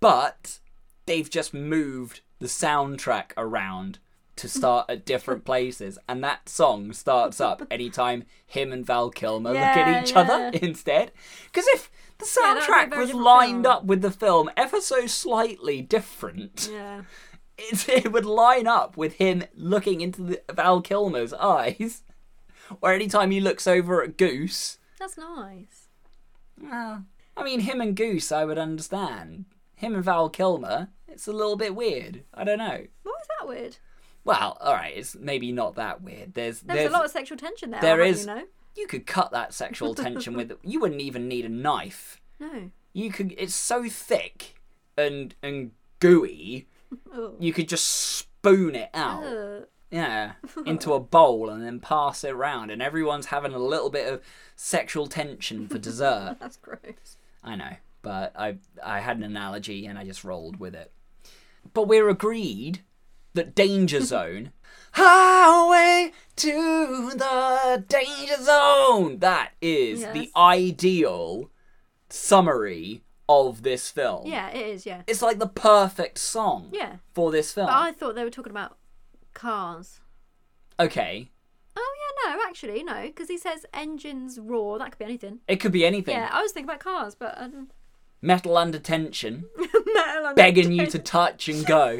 [SPEAKER 2] but they've just moved the soundtrack around to start at different places, and that song starts up anytime him and Val Kilmer look
[SPEAKER 3] Yeah,
[SPEAKER 2] at each other
[SPEAKER 3] yeah.
[SPEAKER 2] instead. Because if the
[SPEAKER 3] Yeah, that would be a
[SPEAKER 2] soundtrack
[SPEAKER 3] very
[SPEAKER 2] was
[SPEAKER 3] different
[SPEAKER 2] lined
[SPEAKER 3] film.
[SPEAKER 2] up with the film ever so slightly different,
[SPEAKER 3] Yeah.
[SPEAKER 2] it, it would line up with him looking into the, Val Kilmer's eyes, or anytime he looks over at Goose.
[SPEAKER 3] That's nice.
[SPEAKER 2] Well, I mean, him and Goose, I would understand. Him and Val Kilmer, it's a little bit weird. I don't know.
[SPEAKER 3] Why was that weird?
[SPEAKER 2] Well, all right, it's maybe not that weird. There's
[SPEAKER 3] There was a lot of sexual tension there.
[SPEAKER 2] there
[SPEAKER 3] I'll let
[SPEAKER 2] is-
[SPEAKER 3] You know?
[SPEAKER 2] you could cut that sexual tension with. You wouldn't even need a knife.
[SPEAKER 3] No.
[SPEAKER 2] You could. It's so thick and and gooey.
[SPEAKER 3] Oh.
[SPEAKER 2] You could just spoon it out.
[SPEAKER 3] Ugh.
[SPEAKER 2] Yeah, into a bowl and then pass it round, and everyone's having a little bit of sexual tension for dessert.
[SPEAKER 3] That's gross.
[SPEAKER 2] I know, but I I had an analogy and I just rolled with it. But we're agreed that danger zone, highway to the danger zone. That is the
[SPEAKER 3] Yes.
[SPEAKER 2] ideal summary of this film.
[SPEAKER 3] Yeah, it is. Yeah.
[SPEAKER 2] It's like the perfect song
[SPEAKER 3] Yeah.
[SPEAKER 2] for this film.
[SPEAKER 3] But I thought they were talking about cars.
[SPEAKER 2] Okay.
[SPEAKER 3] Oh yeah, no, actually no, because he says engines roar. That could be anything.
[SPEAKER 2] It could be anything.
[SPEAKER 3] Yeah, I was thinking about cars, but I don't...
[SPEAKER 2] Metal under tension.
[SPEAKER 3] metal. and-
[SPEAKER 2] begging you to touch and go.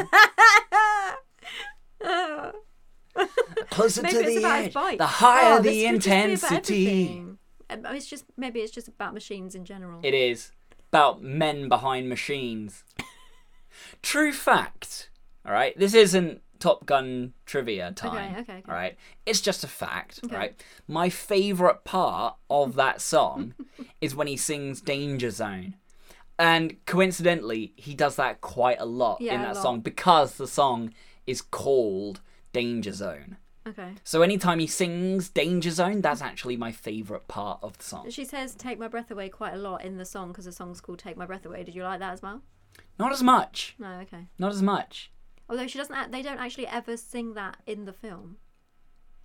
[SPEAKER 2] Closer
[SPEAKER 3] Maybe
[SPEAKER 2] to
[SPEAKER 3] it's
[SPEAKER 2] the
[SPEAKER 3] about his
[SPEAKER 2] edge,
[SPEAKER 3] bike.
[SPEAKER 2] the higher
[SPEAKER 3] Oh, this
[SPEAKER 2] the
[SPEAKER 3] could just be about
[SPEAKER 2] intensity.
[SPEAKER 3] everything. Um, It's just maybe it's just about machines in general.
[SPEAKER 2] It is about men behind machines. True fact. All right, this isn't Top Gun trivia time.
[SPEAKER 3] okay, okay.
[SPEAKER 2] All right, it's just a fact. All right, my favorite part of that song is when he sings "Danger Zone." And coincidentally, he does that quite a lot
[SPEAKER 3] Yeah,
[SPEAKER 2] in
[SPEAKER 3] a
[SPEAKER 2] that
[SPEAKER 3] lot.
[SPEAKER 2] song because the song is called Danger Zone.
[SPEAKER 3] Okay.
[SPEAKER 2] So anytime he sings Danger Zone, that's actually my favourite part of the song.
[SPEAKER 3] She says "Take My Breath Away" quite a lot in the song because the song's called "Take My Breath Away." Did you like that as well?
[SPEAKER 2] Not as much.
[SPEAKER 3] No, okay.
[SPEAKER 2] Not as much.
[SPEAKER 3] Although she doesn't, act, they don't actually ever sing that in the film.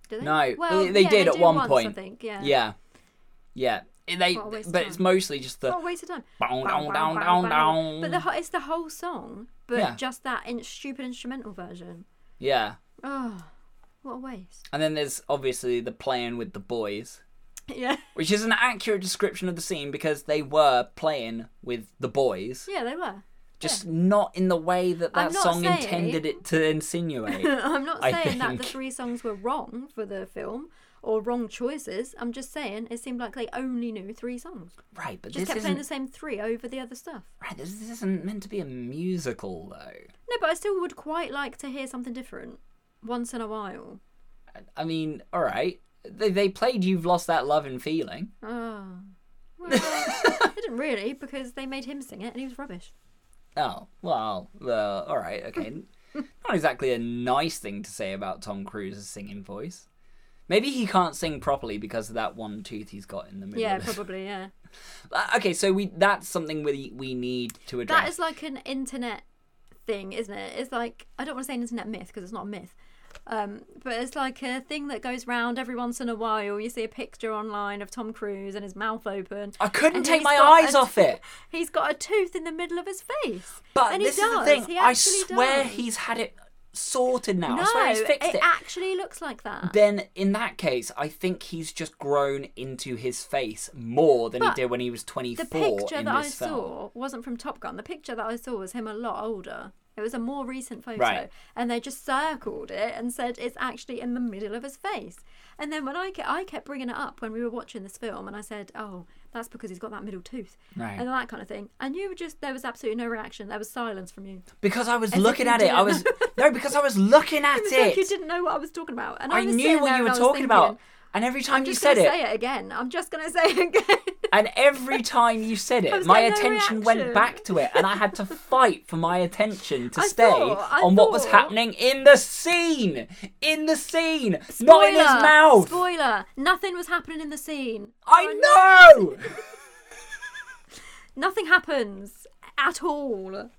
[SPEAKER 3] Do they?
[SPEAKER 2] No,
[SPEAKER 3] well,
[SPEAKER 2] they- they
[SPEAKER 3] yeah,
[SPEAKER 2] did at
[SPEAKER 3] do
[SPEAKER 2] one
[SPEAKER 3] once, I
[SPEAKER 2] point.
[SPEAKER 3] think. Yeah.
[SPEAKER 2] Yeah. Yeah. And They,
[SPEAKER 3] What a waste of
[SPEAKER 2] but it's
[SPEAKER 3] time.
[SPEAKER 2] mostly just the
[SPEAKER 3] Oh, waste of time.
[SPEAKER 2] down, down,
[SPEAKER 3] Bow, bow,
[SPEAKER 2] down,
[SPEAKER 3] bow,
[SPEAKER 2] down,
[SPEAKER 3] bow.
[SPEAKER 2] down.
[SPEAKER 3] But the, ho- it's the whole song, but
[SPEAKER 2] Mm. Yeah.
[SPEAKER 3] just that in- stupid instrumental version.
[SPEAKER 2] yeah.
[SPEAKER 3] Oh, what a waste.
[SPEAKER 2] And then there's obviously the playing with the boys,
[SPEAKER 3] Yeah.
[SPEAKER 2] which is an accurate description of the scene because they were playing with the boys,
[SPEAKER 3] Yeah, they were.
[SPEAKER 2] just not in the way that
[SPEAKER 3] I'm
[SPEAKER 2] that
[SPEAKER 3] not
[SPEAKER 2] song
[SPEAKER 3] saying-
[SPEAKER 2] intended it to insinuate.
[SPEAKER 3] I'm not
[SPEAKER 2] I
[SPEAKER 3] saying that the
[SPEAKER 2] think.
[SPEAKER 3] three songs were wrong for the film or wrong choices. I'm just saying it seemed like they only knew three songs.
[SPEAKER 2] right, but
[SPEAKER 3] Just
[SPEAKER 2] this
[SPEAKER 3] kept playing
[SPEAKER 2] isn't
[SPEAKER 3] the same three over the other stuff.
[SPEAKER 2] right, this isn't meant to be a musical though.
[SPEAKER 3] No, but I still would quite like to hear something different once in a while.
[SPEAKER 2] I mean, all right. They, they played You've Lost That Love and Feeling.
[SPEAKER 3] Oh. Well, they didn't really because they made him sing it and he was rubbish.
[SPEAKER 2] Oh, well, well all right, okay. Not exactly a nice thing to say about Tom Cruise's singing voice. Maybe he can't sing properly because of that one tooth he's got in the middle.
[SPEAKER 3] Yeah,
[SPEAKER 2] of it.
[SPEAKER 3] probably, yeah.
[SPEAKER 2] Uh, Okay, so we that's something we we need to address.
[SPEAKER 3] That is like an internet thing, isn't it? It's like I don't want to say an internet myth because it's not a myth, um, but it's like a thing that goes round every once in a while. You see a picture online of Tom Cruise and his mouth open.
[SPEAKER 2] I couldn't
[SPEAKER 3] and
[SPEAKER 2] take
[SPEAKER 3] he's
[SPEAKER 2] my
[SPEAKER 3] got
[SPEAKER 2] eyes
[SPEAKER 3] a-
[SPEAKER 2] off it.
[SPEAKER 3] He's got a tooth in the middle of his face.
[SPEAKER 2] But
[SPEAKER 3] and he
[SPEAKER 2] this
[SPEAKER 3] does.
[SPEAKER 2] is the thing.
[SPEAKER 3] He
[SPEAKER 2] I
[SPEAKER 3] actually
[SPEAKER 2] swear
[SPEAKER 3] does.
[SPEAKER 2] he's had it sorted now.
[SPEAKER 3] No,
[SPEAKER 2] I swear he's fixed it.
[SPEAKER 3] actually looks like that.
[SPEAKER 2] Then in that case, I think he's just grown into his face more than
[SPEAKER 3] But
[SPEAKER 2] he did when he was 24
[SPEAKER 3] The picture
[SPEAKER 2] in
[SPEAKER 3] that I
[SPEAKER 2] this film.
[SPEAKER 3] saw wasn't from Top Gun. The picture that I saw was him a lot older. It was a more recent photo,
[SPEAKER 2] Right.
[SPEAKER 3] and they just circled it and said it's actually in the middle of his face. And then when I kept, I kept bringing it up when we were watching this film, and I said, "Oh, that's because he's got that middle tooth,"
[SPEAKER 2] Right.
[SPEAKER 3] and that kind of thing. And you were just there was absolutely no reaction. There was silence from you.
[SPEAKER 2] Because I was
[SPEAKER 3] if
[SPEAKER 2] looking
[SPEAKER 3] you
[SPEAKER 2] at it, I was
[SPEAKER 3] didn't.
[SPEAKER 2] no. Because I was looking at
[SPEAKER 3] It was like you
[SPEAKER 2] it.
[SPEAKER 3] didn't know what I was talking about, and I,
[SPEAKER 2] I
[SPEAKER 3] was
[SPEAKER 2] knew
[SPEAKER 3] sitting there
[SPEAKER 2] what you
[SPEAKER 3] and
[SPEAKER 2] were
[SPEAKER 3] I was
[SPEAKER 2] talking about,
[SPEAKER 3] thinking,
[SPEAKER 2] and every time
[SPEAKER 3] I'm
[SPEAKER 2] you
[SPEAKER 3] just
[SPEAKER 2] said
[SPEAKER 3] gonna
[SPEAKER 2] it,
[SPEAKER 3] say it again. I'm just gonna say it again.
[SPEAKER 2] and every time you said it,
[SPEAKER 3] was
[SPEAKER 2] my
[SPEAKER 3] getting no
[SPEAKER 2] attention
[SPEAKER 3] reaction.
[SPEAKER 2] went back to it, and I had to fight for my attention to
[SPEAKER 3] I
[SPEAKER 2] stay
[SPEAKER 3] thought- I
[SPEAKER 2] on what was
[SPEAKER 3] thought-
[SPEAKER 2] happening in the scene, in the scene, not
[SPEAKER 3] Spoiler!
[SPEAKER 2] in his mouth.
[SPEAKER 3] Spoiler! Nothing was happening in the scene.
[SPEAKER 2] I know.
[SPEAKER 3] Nothing happens at all.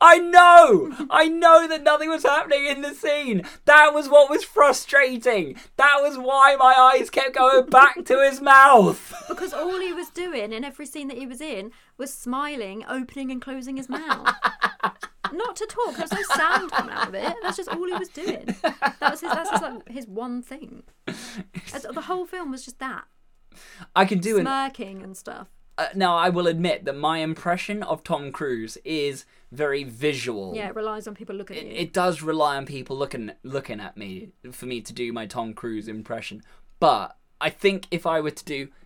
[SPEAKER 2] I know! I know that nothing was happening in the scene. That was what was frustrating. That was why my eyes kept going back to his mouth.
[SPEAKER 3] Because all he was doing in every scene that he was in was smiling, opening and closing his mouth. Not to talk. There was no sound coming out of it. That's just all he was doing. That was his. That's his, like, his one thing. That's- The whole film was just that
[SPEAKER 2] I can do an
[SPEAKER 3] smirking and stuff.
[SPEAKER 2] uh, now I will admit that my impression of Tom Cruise is very visual.
[SPEAKER 3] Yeah, it relies on people looking at you.
[SPEAKER 2] It does rely on people looking looking at me for me to do my Tom Cruise impression. But I think if I were to do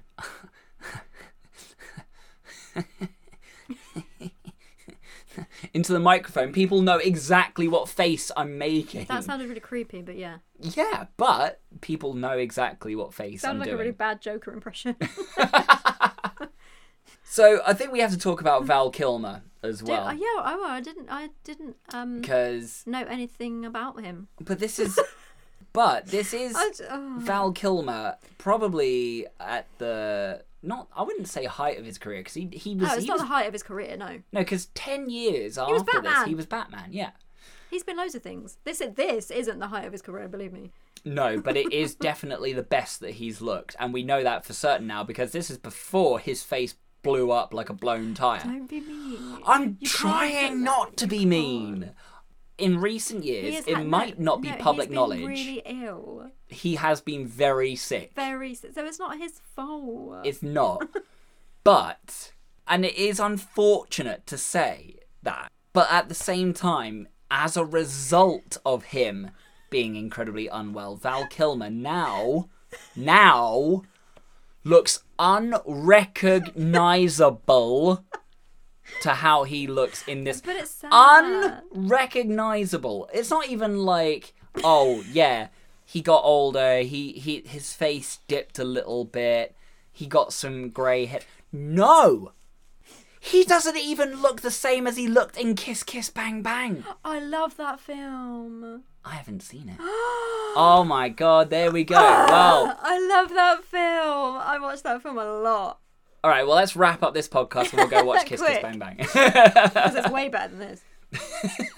[SPEAKER 2] into the microphone, people know exactly what face I'm making.
[SPEAKER 3] that sounded really creepy, but yeah,
[SPEAKER 2] yeah, but people know exactly what face
[SPEAKER 3] sounded
[SPEAKER 2] I'm
[SPEAKER 3] like
[SPEAKER 2] doing.
[SPEAKER 3] a really bad Joker impression.
[SPEAKER 2] So I think we have to talk about Val Kilmer as
[SPEAKER 3] Dude, uh,
[SPEAKER 2] well.
[SPEAKER 3] yeah, oh, I didn't, I didn't um,
[SPEAKER 2] Because,
[SPEAKER 3] know anything about him.
[SPEAKER 2] but this is, but this is
[SPEAKER 3] I d- oh.
[SPEAKER 2] Val Kilmer probably at the not I wouldn't say height of his career because he he was,
[SPEAKER 3] No, it's
[SPEAKER 2] he
[SPEAKER 3] not
[SPEAKER 2] was
[SPEAKER 3] the height of his career. No,
[SPEAKER 2] no because ten years after
[SPEAKER 3] was
[SPEAKER 2] this
[SPEAKER 3] Batman.
[SPEAKER 2] he was Batman yeah
[SPEAKER 3] he's been loads of things. This, this isn't the height of his career. Believe me.
[SPEAKER 2] no but it is definitely the best that he's looked and we know that for certain now because this is before his face blew up like a blown tire.
[SPEAKER 3] Don't be mean.
[SPEAKER 2] I'm
[SPEAKER 3] You can't do
[SPEAKER 2] trying
[SPEAKER 3] that.
[SPEAKER 2] not to be mean. In recent
[SPEAKER 3] He
[SPEAKER 2] years,
[SPEAKER 3] has
[SPEAKER 2] it
[SPEAKER 3] had-
[SPEAKER 2] might
[SPEAKER 3] no,
[SPEAKER 2] not be
[SPEAKER 3] no, he's
[SPEAKER 2] public
[SPEAKER 3] been
[SPEAKER 2] knowledge.
[SPEAKER 3] Really ill.
[SPEAKER 2] He has been very sick.
[SPEAKER 3] Very. s- So it's not his fault.
[SPEAKER 2] It's not. but, and it is unfortunate to say that, but at the same time, as a result of him being incredibly unwell, Val Kilmer now, now, looks unrecognizable to how he looks in this
[SPEAKER 3] but it's sad.
[SPEAKER 2] unrecognizable. It's not even like, oh yeah, he got older. He he his face dipped a little bit. He got some grey hair. No, he doesn't even look the same as he looked in Kiss Kiss Bang Bang.
[SPEAKER 3] I love that film.
[SPEAKER 2] I haven't seen it. oh my god, there we go. Well,
[SPEAKER 3] I love that film. I watched that film a lot
[SPEAKER 2] all right. Well, let's wrap up this podcast and we'll go watch Kiss Kiss
[SPEAKER 3] Quick.
[SPEAKER 2] Bang Bang.
[SPEAKER 3] because it's way better than this.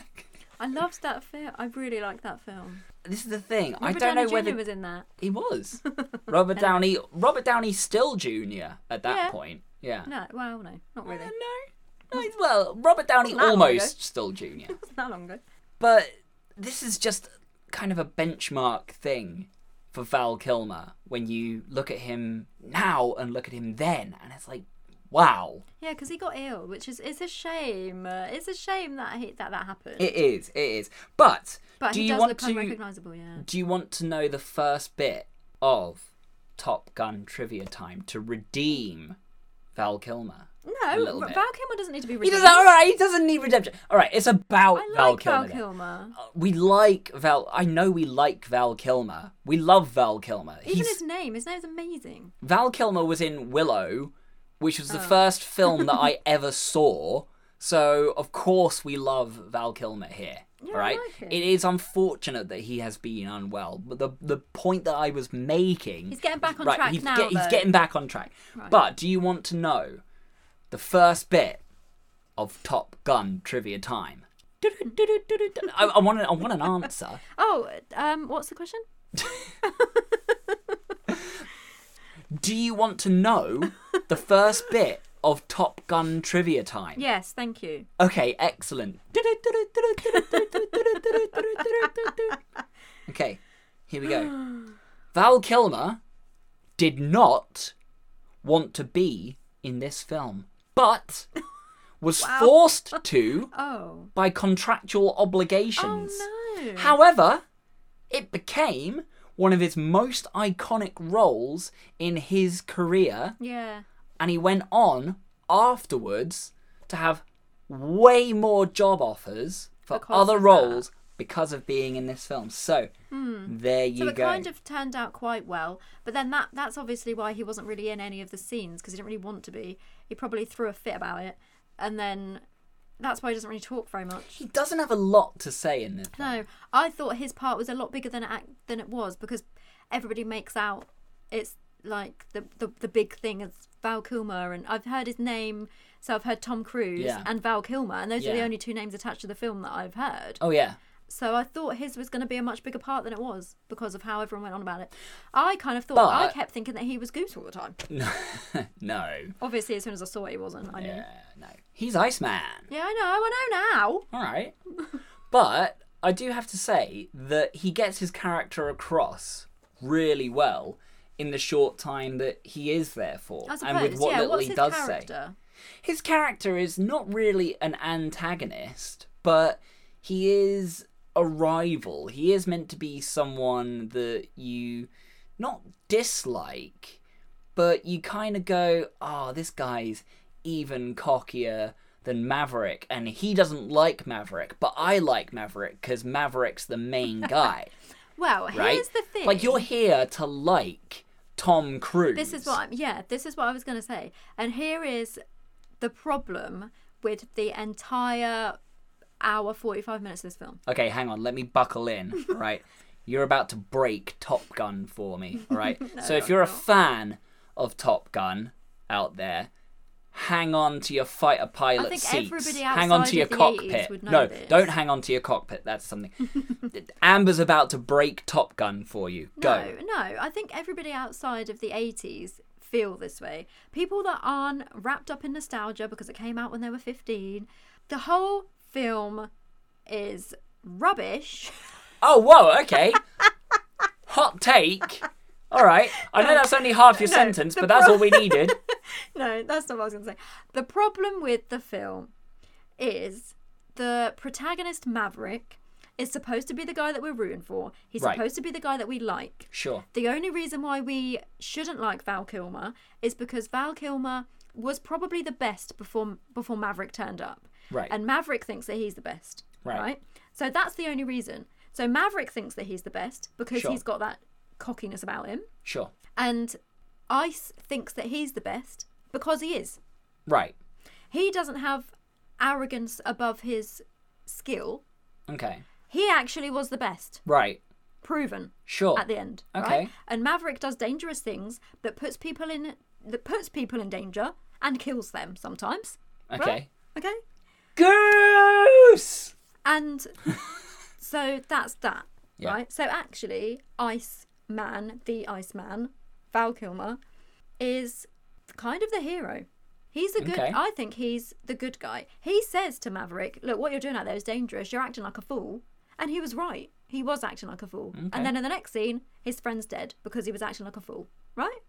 [SPEAKER 3] I loved that film. I really liked that film.
[SPEAKER 2] this is the thing. I
[SPEAKER 3] Robert
[SPEAKER 2] don't
[SPEAKER 3] Downey
[SPEAKER 2] know
[SPEAKER 3] Jr.
[SPEAKER 2] whether
[SPEAKER 3] was in that.
[SPEAKER 2] He was. Robert Downey. Robert Downey still junior at that
[SPEAKER 3] Yeah.
[SPEAKER 2] point. Yeah.
[SPEAKER 3] No, well, no, not really.
[SPEAKER 2] Uh, no. No, Well, Robert Downey
[SPEAKER 3] Wasn't that long
[SPEAKER 2] almost
[SPEAKER 3] ago.
[SPEAKER 2] still junior,
[SPEAKER 3] Wasn't that long ago.
[SPEAKER 2] but this is just kind of a benchmark thing for Val Kilmer when you look at him now and look at him then, and it's like, wow.
[SPEAKER 3] Yeah, because he got ill, which is it's a shame. Uh, It's a shame that he, that that happened.
[SPEAKER 2] It is. It is. But,
[SPEAKER 3] but
[SPEAKER 2] do
[SPEAKER 3] he
[SPEAKER 2] you
[SPEAKER 3] does
[SPEAKER 2] want
[SPEAKER 3] look
[SPEAKER 2] to?
[SPEAKER 3] unrecognisable. Yeah.
[SPEAKER 2] Do you want to know the first bit of Top Gun trivia time to redeem Val Kilmer?
[SPEAKER 3] No,
[SPEAKER 2] little
[SPEAKER 3] Val
[SPEAKER 2] bit.
[SPEAKER 3] Kilmer doesn't need to be.
[SPEAKER 2] He
[SPEAKER 3] Redeemed.
[SPEAKER 2] doesn't. All right, he doesn't need redemption. All right, it's about
[SPEAKER 3] I
[SPEAKER 2] Val
[SPEAKER 3] like
[SPEAKER 2] Kilmer.
[SPEAKER 3] Val
[SPEAKER 2] then.
[SPEAKER 3] Kilmer.
[SPEAKER 2] Uh, We like Val. I know we like Val Kilmer. We love Val Kilmer.
[SPEAKER 3] Even
[SPEAKER 2] He's
[SPEAKER 3] his name, his name's amazing.
[SPEAKER 2] Val Kilmer was in Willow, which was the
[SPEAKER 3] Oh.
[SPEAKER 2] first film that I ever saw. So of course we love Val Kilmer here.
[SPEAKER 3] Yeah, I
[SPEAKER 2] right?
[SPEAKER 3] like him.
[SPEAKER 2] it is unfortunate that he has been unwell, but the the point that I was making
[SPEAKER 3] He's getting back on
[SPEAKER 2] right,
[SPEAKER 3] track
[SPEAKER 2] he's,
[SPEAKER 3] now.
[SPEAKER 2] get- he's
[SPEAKER 3] though.
[SPEAKER 2] getting back on track. But do you want to know the first bit of Top Gun trivia time? I, I want an, I want an answer.
[SPEAKER 3] Oh, um, what's the question?
[SPEAKER 2] Do you want to know the first bit of Top Gun trivia time?
[SPEAKER 3] Yes, thank you.
[SPEAKER 2] Okay, excellent. okay, here we go. Val Kilmer did not want to be in this film, but was forced to
[SPEAKER 3] Oh.
[SPEAKER 2] by contractual obligations.
[SPEAKER 3] Oh no.
[SPEAKER 2] However, it became one of his most iconic roles in his career,
[SPEAKER 3] Yeah.
[SPEAKER 2] and he went on afterwards to have way more job offers for
[SPEAKER 3] Because
[SPEAKER 2] other
[SPEAKER 3] of that.
[SPEAKER 2] roles because of being in this film. So, there you
[SPEAKER 3] Hmm. So it
[SPEAKER 2] go.
[SPEAKER 3] kind of turned out quite well, but then that—that's obviously why he wasn't really in any of the scenes because he didn't really want to be. He probably threw a fit about it, and then that's why he doesn't really talk very much.
[SPEAKER 2] He doesn't have a lot to say in this.
[SPEAKER 3] No, I thought his part was a lot bigger than it ac- than it was because everybody makes out it's like the the, the big thing is Val Kilmer, and I've heard his name So I've heard Tom Cruise
[SPEAKER 2] Yeah.
[SPEAKER 3] and Val Kilmer, and those are the
[SPEAKER 2] Yeah.
[SPEAKER 3] only two names attached to the film that I've heard.
[SPEAKER 2] Oh yeah.
[SPEAKER 3] So I thought his was going to be a much bigger part than it was because of how everyone went on about it. I kind of thought I
[SPEAKER 2] But-
[SPEAKER 3] kept thinking that he was Goose all the time.
[SPEAKER 2] No. no.
[SPEAKER 3] Obviously, as soon as I saw it, he wasn't. I knew.
[SPEAKER 2] Yeah, no. He's Iceman.
[SPEAKER 3] Yeah, I know. I know now.
[SPEAKER 2] All right. but I do have to say that he gets his character across really well in the short time that he is there for,
[SPEAKER 3] I suppose.
[SPEAKER 2] and with what
[SPEAKER 3] yeah.
[SPEAKER 2] little
[SPEAKER 3] What's
[SPEAKER 2] he
[SPEAKER 3] his
[SPEAKER 2] does say.
[SPEAKER 3] character?
[SPEAKER 2] His character is not really an antagonist, but he is a rival. He is meant to be someone that you not dislike, but you kind of go, "Ah, this guy's even cockier than Maverick, and he doesn't like Maverick, but I like Maverick because Maverick's the main guy,
[SPEAKER 3] Well,
[SPEAKER 2] right?
[SPEAKER 3] here's the thing.
[SPEAKER 2] Like you're here to like Tom Cruise.
[SPEAKER 3] This is what I'm, yeah, this is what I was going to say. And here is the problem with the entire hour 45 minutes of this film.
[SPEAKER 2] Okay, hang on. Let me buckle in. all Right, you're about to break Top Gun for me. All right. so if you're a fan of Top Gun out there, hang on to your fighter pilot
[SPEAKER 3] think
[SPEAKER 2] seats.
[SPEAKER 3] everybody
[SPEAKER 2] hang on
[SPEAKER 3] outside
[SPEAKER 2] to your
[SPEAKER 3] of the 80s
[SPEAKER 2] cockpit.
[SPEAKER 3] would know
[SPEAKER 2] no,
[SPEAKER 3] this.
[SPEAKER 2] don't hang on to your cockpit. That's something. Amber's about to break Top Gun for you. Go.
[SPEAKER 3] No, no, I think everybody outside of the 80s feel this way. People that aren't wrapped up in nostalgia because it came out when they were 15. The whole film is rubbish.
[SPEAKER 2] Oh, whoa. Okay. Hot take. All right. I know that's only half your sentence,
[SPEAKER 3] the
[SPEAKER 2] but that's
[SPEAKER 3] pro-
[SPEAKER 2] all we needed.
[SPEAKER 3] no, that's not what I was going to say. The problem with the film is the protagonist Maverick is supposed to be the guy that we're rooting for. He's
[SPEAKER 2] Right.
[SPEAKER 3] supposed to be the guy that we like.
[SPEAKER 2] Sure.
[SPEAKER 3] The only reason why we shouldn't like Val Kilmer is because Val Kilmer was probably the best before before Maverick turned up.
[SPEAKER 2] Right.
[SPEAKER 3] And Maverick thinks that he's the best.
[SPEAKER 2] Right.
[SPEAKER 3] Right. So that's the only reason. So Maverick thinks that he's the best because
[SPEAKER 2] Sure.
[SPEAKER 3] he's got that cockiness about him.
[SPEAKER 2] Sure.
[SPEAKER 3] And Ice thinks that he's the best because he is.
[SPEAKER 2] Right.
[SPEAKER 3] He doesn't have arrogance above his skill.
[SPEAKER 2] Okay.
[SPEAKER 3] He actually was the best,
[SPEAKER 2] Right.
[SPEAKER 3] proven
[SPEAKER 2] Sure.
[SPEAKER 3] at the end.
[SPEAKER 2] Oh, Okay.
[SPEAKER 3] Right? And Maverick does dangerous things that puts people in that puts people in danger and kills them sometimes.
[SPEAKER 2] Okay.
[SPEAKER 3] Okay?
[SPEAKER 2] Goose.
[SPEAKER 3] And so that's that.
[SPEAKER 2] Yeah.
[SPEAKER 3] Right? So actually Iceman, the Iceman, Val Kilmer, is kind of the hero. He's the good
[SPEAKER 2] Okay.
[SPEAKER 3] I think he's the good guy. He says to Maverick, Look, what you're doing out there is dangerous, you're acting like a fool. And he was right. He was acting like a fool.
[SPEAKER 2] Okay.
[SPEAKER 3] And then in the next scene, his friend's dead because he was acting like a fool. Right?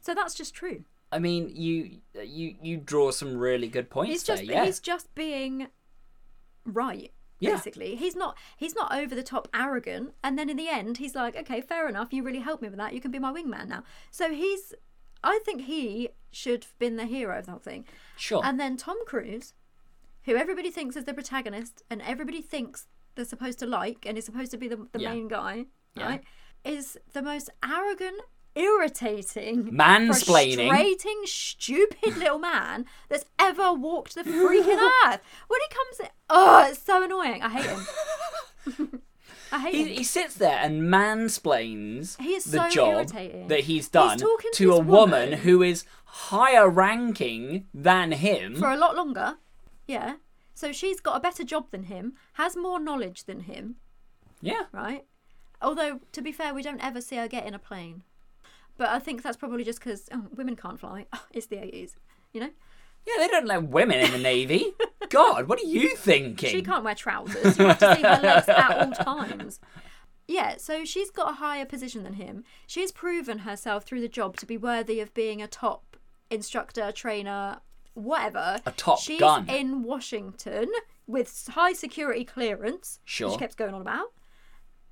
[SPEAKER 3] So that's just true.
[SPEAKER 2] I mean, you you you draw some really good points
[SPEAKER 3] He's
[SPEAKER 2] there.
[SPEAKER 3] just
[SPEAKER 2] yeah.
[SPEAKER 3] he's just being right.
[SPEAKER 2] Yeah.
[SPEAKER 3] Basically, he's not he's not over the top arrogant, and then in the end, he's like, okay, fair enough. You really helped me with that. You can be my wingman now. So he's, I think he should have been the hero of the whole thing.
[SPEAKER 2] Sure.
[SPEAKER 3] And then Tom Cruise, who everybody thinks is the protagonist, and everybody thinks they're supposed to like, and is supposed to be the, the
[SPEAKER 2] Yeah.
[SPEAKER 3] main guy,
[SPEAKER 2] Yeah.
[SPEAKER 3] right? Is the most arrogant, irritating,
[SPEAKER 2] Mansplaining.
[SPEAKER 3] frustrating, stupid little man that's ever walked the freaking earth. When he comes, in, oh, it's so annoying. I hate him. I hate him.
[SPEAKER 2] He, he sits there and mansplains
[SPEAKER 3] He is
[SPEAKER 2] the
[SPEAKER 3] so
[SPEAKER 2] job
[SPEAKER 3] irritating.
[SPEAKER 2] that he's
[SPEAKER 3] He's
[SPEAKER 2] done
[SPEAKER 3] talking to
[SPEAKER 2] to a
[SPEAKER 3] this
[SPEAKER 2] woman
[SPEAKER 3] woman.
[SPEAKER 2] who is higher ranking than him.
[SPEAKER 3] for a lot longer. Yeah. So she's got a better job than him, has more knowledge than him,
[SPEAKER 2] yeah.
[SPEAKER 3] right? Although, to be fair, we don't ever see her get in a plane. But I think that's probably just because oh, women can't fly. it's the 80s, you know?
[SPEAKER 2] Yeah, they don't let women in the navy. God, what are you thinking?
[SPEAKER 3] She can't wear trousers. You have to see her legs at all times. Yeah, so she's got a higher position than him. She's proven herself through the job to be worthy of being a top instructor, trainer, whatever.
[SPEAKER 2] A top
[SPEAKER 3] she's
[SPEAKER 2] gun.
[SPEAKER 3] in Washington with high security clearance. which
[SPEAKER 2] Sure.
[SPEAKER 3] She kept going on about.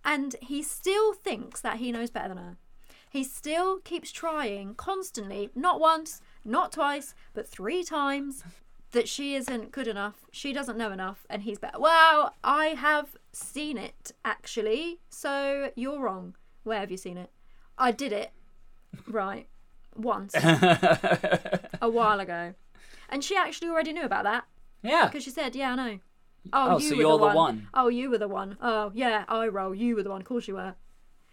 [SPEAKER 3] And he still thinks that he knows better than her. He still keeps trying constantly, not once, not twice, but three times, that she isn't good enough, she doesn't know enough, and he's better. Well, I have seen it, actually, so you're wrong. Where have you seen it? I did it, right, once, a while ago. And she actually already knew about that,
[SPEAKER 2] yeah.
[SPEAKER 3] because she said, Yeah, I know. Oh,
[SPEAKER 2] Oh,
[SPEAKER 3] you
[SPEAKER 2] so
[SPEAKER 3] were
[SPEAKER 2] you're
[SPEAKER 3] the,
[SPEAKER 2] the
[SPEAKER 3] one.
[SPEAKER 2] one.
[SPEAKER 3] Oh, you were the one. Oh, yeah, I roll. You were the one. Of course you were.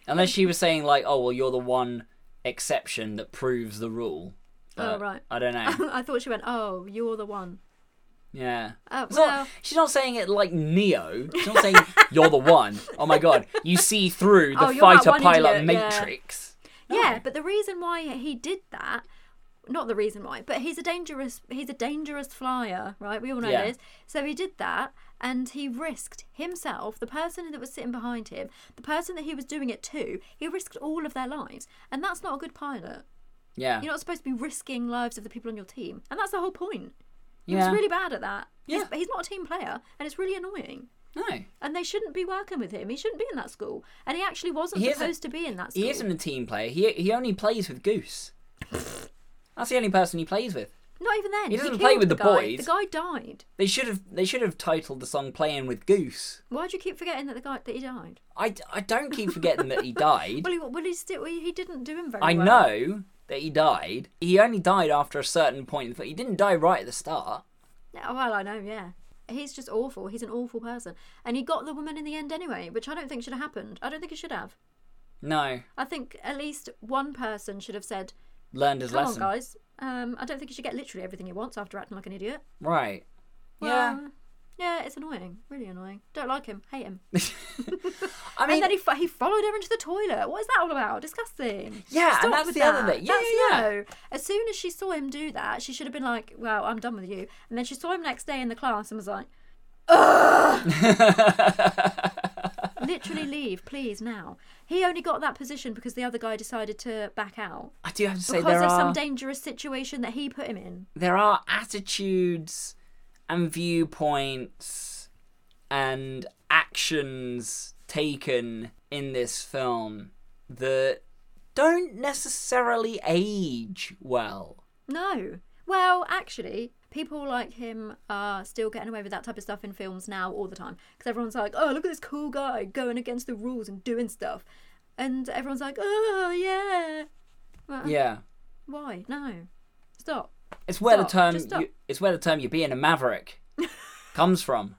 [SPEAKER 2] Unless she was saying like, "Oh, well, you're the one exception that proves the rule." But
[SPEAKER 3] Oh, right.
[SPEAKER 2] I don't know.
[SPEAKER 3] I thought she went, "Oh, you're the one."
[SPEAKER 2] Yeah.
[SPEAKER 3] Oh,
[SPEAKER 2] It's
[SPEAKER 3] well.
[SPEAKER 2] not, she's not saying it like Neo. She's not saying you're the one. Oh my god, you see through the
[SPEAKER 3] Oh, you're that
[SPEAKER 2] fighter
[SPEAKER 3] one
[SPEAKER 2] pilot
[SPEAKER 3] idiot, yeah.
[SPEAKER 2] matrix.
[SPEAKER 3] Yeah, but the reason why he did that, not the reason why, but he's a dangerous he's a dangerous flyer, right? We all know
[SPEAKER 2] Yeah.
[SPEAKER 3] this. So he did that and he risked himself, the person that was sitting behind him, the person that he was doing it to, he risked all of their lives. And that's not a good pilot.
[SPEAKER 2] Yeah.
[SPEAKER 3] You're not supposed to be risking lives of the people on your team. And that's the whole point. He
[SPEAKER 2] yeah.
[SPEAKER 3] was really bad at that. He's-
[SPEAKER 2] Yeah.
[SPEAKER 3] He's, not a team player and it's really annoying.
[SPEAKER 2] no.
[SPEAKER 3] And they shouldn't be working with him. He shouldn't be in that school. And he actually wasn't
[SPEAKER 2] He isn't-
[SPEAKER 3] supposed to be in that school.
[SPEAKER 2] He isn't a team player. He he only plays with Goose. That's the only person he plays with.
[SPEAKER 3] Not even then.
[SPEAKER 2] He doesn't play
[SPEAKER 3] killed
[SPEAKER 2] with the
[SPEAKER 3] guy.
[SPEAKER 2] boys.
[SPEAKER 3] The guy died.
[SPEAKER 2] They should have they should have titled the song "Playing with Goose."
[SPEAKER 3] Why do you keep forgetting that the guy that he died?
[SPEAKER 2] I, I don't keep forgetting that he died.
[SPEAKER 3] Well, he, well, he, still, he he didn't do him very
[SPEAKER 2] I
[SPEAKER 3] well.
[SPEAKER 2] know that he died. He only died after a certain point. But he didn't die right at the start.
[SPEAKER 3] Yeah, well, I know. Yeah, he's just awful. He's an awful person, and he got the woman in the end anyway, which I don't think should have happened. I don't think it should have.
[SPEAKER 2] No,
[SPEAKER 3] I think at least one person should have said,
[SPEAKER 2] learned his
[SPEAKER 3] "Come
[SPEAKER 2] lesson.
[SPEAKER 3] on, guys. Um, I don't think you should get literally everything he wants after acting like an idiot."
[SPEAKER 2] Right. yeah.
[SPEAKER 3] Well, yeah, it's annoying. Really annoying. Don't like him. Hate him.
[SPEAKER 2] I mean,
[SPEAKER 3] and then he fo- he followed her into the toilet. What is that all about? Disgusting.
[SPEAKER 2] Yeah,
[SPEAKER 3] Stop
[SPEAKER 2] and that's
[SPEAKER 3] with
[SPEAKER 2] the
[SPEAKER 3] that.
[SPEAKER 2] other bit. Yeah,
[SPEAKER 3] that's
[SPEAKER 2] yeah, yeah.
[SPEAKER 3] no. As soon as she saw him do that, she should have been like, "Well, I'm done with you." And then she saw him next day in the class and was like, "Ugh." Literally leave, please now. He only got that position because the other guy decided to back out
[SPEAKER 2] I do have to say
[SPEAKER 3] because
[SPEAKER 2] there
[SPEAKER 3] of some
[SPEAKER 2] are
[SPEAKER 3] dangerous situation that he put him in.
[SPEAKER 2] there are attitudes and viewpoints and actions taken in this film that don't necessarily age well.
[SPEAKER 3] No. Well, actually, people like him are still getting away with that type of stuff in films now all the time because everyone's like, "Oh, look at this cool guy going against the rules and doing stuff," and everyone's like, "Oh, yeah." Well,
[SPEAKER 2] Yeah.
[SPEAKER 3] Why? No. Stop.
[SPEAKER 2] It's where
[SPEAKER 3] Stop,
[SPEAKER 2] the term
[SPEAKER 3] just stop.
[SPEAKER 2] you, it's where the term you're being a maverick comes from.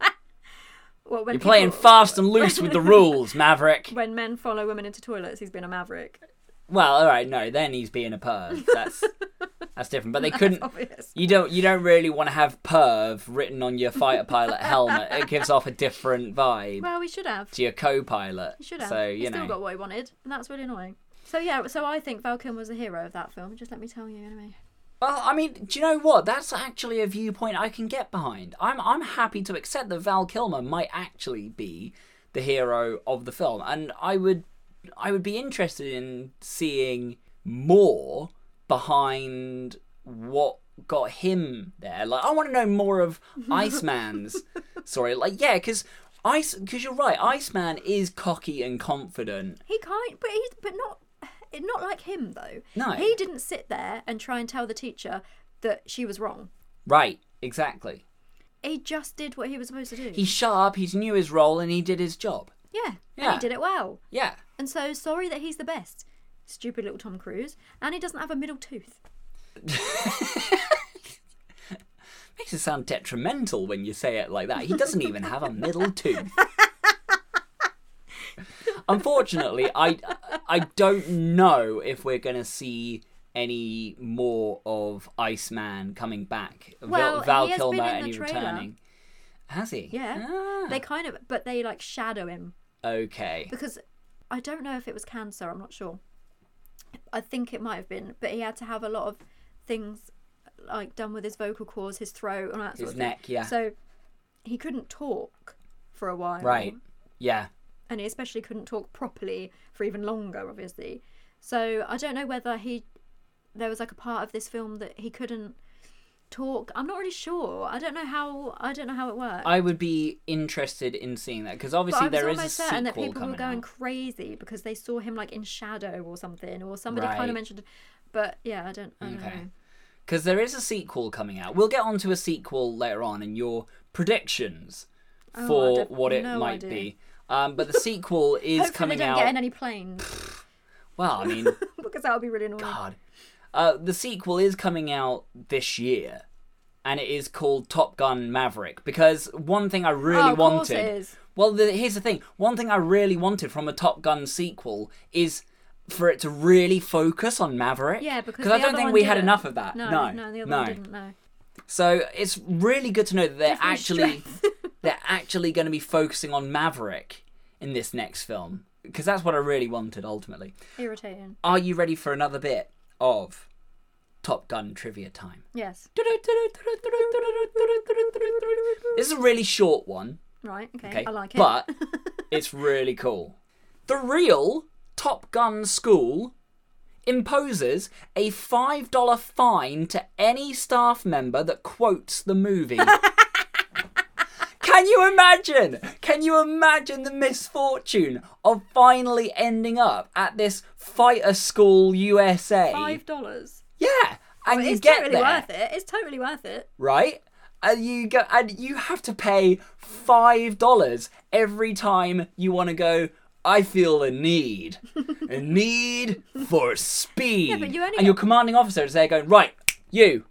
[SPEAKER 3] Well, when
[SPEAKER 2] You're playing
[SPEAKER 3] people-
[SPEAKER 2] fast and loose with the rules, maverick.
[SPEAKER 3] When men follow women into toilets, he's been a maverick.
[SPEAKER 2] Well, all right, no, then he's being a perv. That's that's different. But they couldn't
[SPEAKER 3] Obvious.
[SPEAKER 2] You don't you don't really want to have perv written on your fighter pilot helmet. It gives off a different vibe
[SPEAKER 3] Well, we should have.
[SPEAKER 2] to your co-pilot.
[SPEAKER 3] He should have.
[SPEAKER 2] So, you
[SPEAKER 3] he
[SPEAKER 2] know.
[SPEAKER 3] still got what he wanted, and that's really annoying. So yeah, so I think Val Kilmer was the hero of that film. Just let me tell you, anyway.
[SPEAKER 2] Well, I mean, do you know what? That's actually a viewpoint I can get behind. I'm I'm happy to accept that Val Kilmer might actually be the hero of the film and I would I would be interested in seeing more behind what got him there. Like I want to know more of Iceman's story. Like yeah, cuz Ice cuz you're right. Iceman is cocky and confident.
[SPEAKER 3] He kind, but he, but not, it- not like him though.
[SPEAKER 2] No.
[SPEAKER 3] he didn't sit there and try and tell the teacher that she was wrong.
[SPEAKER 2] Right, exactly.
[SPEAKER 3] He just did what he was supposed to do.
[SPEAKER 2] He's sharp, he's knew his role and he did his job.
[SPEAKER 3] yeah, and
[SPEAKER 2] Yeah.
[SPEAKER 3] he did it well.
[SPEAKER 2] Yeah.
[SPEAKER 3] And so sorry that he's the best. Stupid little Tom Cruise, and he doesn't have a middle tooth.
[SPEAKER 2] Ah. Makes it sound detrimental when you say it like that. He doesn't even have a middle tooth. Unfortunately, I I don't know if we're going to see any more of Iceman coming back. Val-
[SPEAKER 3] Well,
[SPEAKER 2] Val
[SPEAKER 3] he has
[SPEAKER 2] Kilmer
[SPEAKER 3] been in the
[SPEAKER 2] any
[SPEAKER 3] trailer.
[SPEAKER 2] returning. Has he?
[SPEAKER 3] Yeah,
[SPEAKER 2] Ah,
[SPEAKER 3] they kind of, but they like shadow him
[SPEAKER 2] okay.
[SPEAKER 3] because I don't know if it was cancer. I'm not sure. I think it might have been, but he had to have a lot of things like done with his vocal cords, his throat, and all that sort
[SPEAKER 2] His
[SPEAKER 3] of thing.
[SPEAKER 2] neck, yeah.
[SPEAKER 3] So he couldn't talk for a while.
[SPEAKER 2] right. Yeah.
[SPEAKER 3] And he especially couldn't talk properly for even longer, obviously. So I don't know whether he. There was like a part of this film that he couldn't talk. I'm not really sure. I don't know how. I don't know how it worked.
[SPEAKER 2] I would be interested in seeing that because obviously
[SPEAKER 3] but I was
[SPEAKER 2] there is a
[SPEAKER 3] almost
[SPEAKER 2] sequel
[SPEAKER 3] certain that people
[SPEAKER 2] coming
[SPEAKER 3] were going
[SPEAKER 2] out.
[SPEAKER 3] crazy because they saw him like in shadow or something, or somebody
[SPEAKER 2] Right.
[SPEAKER 3] kind of mentioned. But yeah, I don't. I don't
[SPEAKER 2] Okay.
[SPEAKER 3] know.
[SPEAKER 2] because there is a sequel coming out. We'll get onto a sequel later on and your predictions
[SPEAKER 3] Oh, I
[SPEAKER 2] for
[SPEAKER 3] don't-
[SPEAKER 2] what it
[SPEAKER 3] no
[SPEAKER 2] might
[SPEAKER 3] idea.
[SPEAKER 2] be. Um, but the sequel is
[SPEAKER 3] Hopefully
[SPEAKER 2] coming
[SPEAKER 3] they don't
[SPEAKER 2] out.
[SPEAKER 3] get in any planes
[SPEAKER 2] Well, I mean,
[SPEAKER 3] because that would be really annoying.
[SPEAKER 2] God, uh, the sequel is coming out this year, and it is called Top Gun Maverick. Because one thing I really
[SPEAKER 3] Oh, of course
[SPEAKER 2] wanted.
[SPEAKER 3] it is.
[SPEAKER 2] Well, the, here's the thing. One thing I really wanted from a Top Gun sequel is for it to really focus on Maverick.
[SPEAKER 3] Yeah, because
[SPEAKER 2] I
[SPEAKER 3] the
[SPEAKER 2] don't
[SPEAKER 3] other
[SPEAKER 2] think
[SPEAKER 3] one
[SPEAKER 2] we had
[SPEAKER 3] didn't.
[SPEAKER 2] enough of that.
[SPEAKER 3] No,
[SPEAKER 2] no,
[SPEAKER 3] no, the other
[SPEAKER 2] no.
[SPEAKER 3] one didn't. No.
[SPEAKER 2] So it's really good to know that they're
[SPEAKER 3] Different
[SPEAKER 2] actually
[SPEAKER 3] strength.
[SPEAKER 2] they're actually going to be focusing on Maverick in this next film because that's what I really wanted ultimately.
[SPEAKER 3] Irritating.
[SPEAKER 2] Are you ready for another bit of Top Gun trivia time?
[SPEAKER 3] Yes.
[SPEAKER 2] This is a really short one.
[SPEAKER 3] Right. Okay.
[SPEAKER 2] Okay,
[SPEAKER 3] I like it.
[SPEAKER 2] but it's really cool. The real Top Gun school imposes a $5 fine to any staff member that quotes the movie. Can you imagine? Can you imagine the misfortune of finally ending up at this fighter school USA?
[SPEAKER 3] Five dollars.
[SPEAKER 2] Yeah, and you
[SPEAKER 3] It's
[SPEAKER 2] get
[SPEAKER 3] totally
[SPEAKER 2] there
[SPEAKER 3] worth it. It's totally worth it.
[SPEAKER 2] right? And you go and you have to pay five dollars every time you want to go. I feel a need, a need for speed. Yeah,
[SPEAKER 3] but you only
[SPEAKER 2] and
[SPEAKER 3] get-
[SPEAKER 2] your commanding officer is there going, right, you,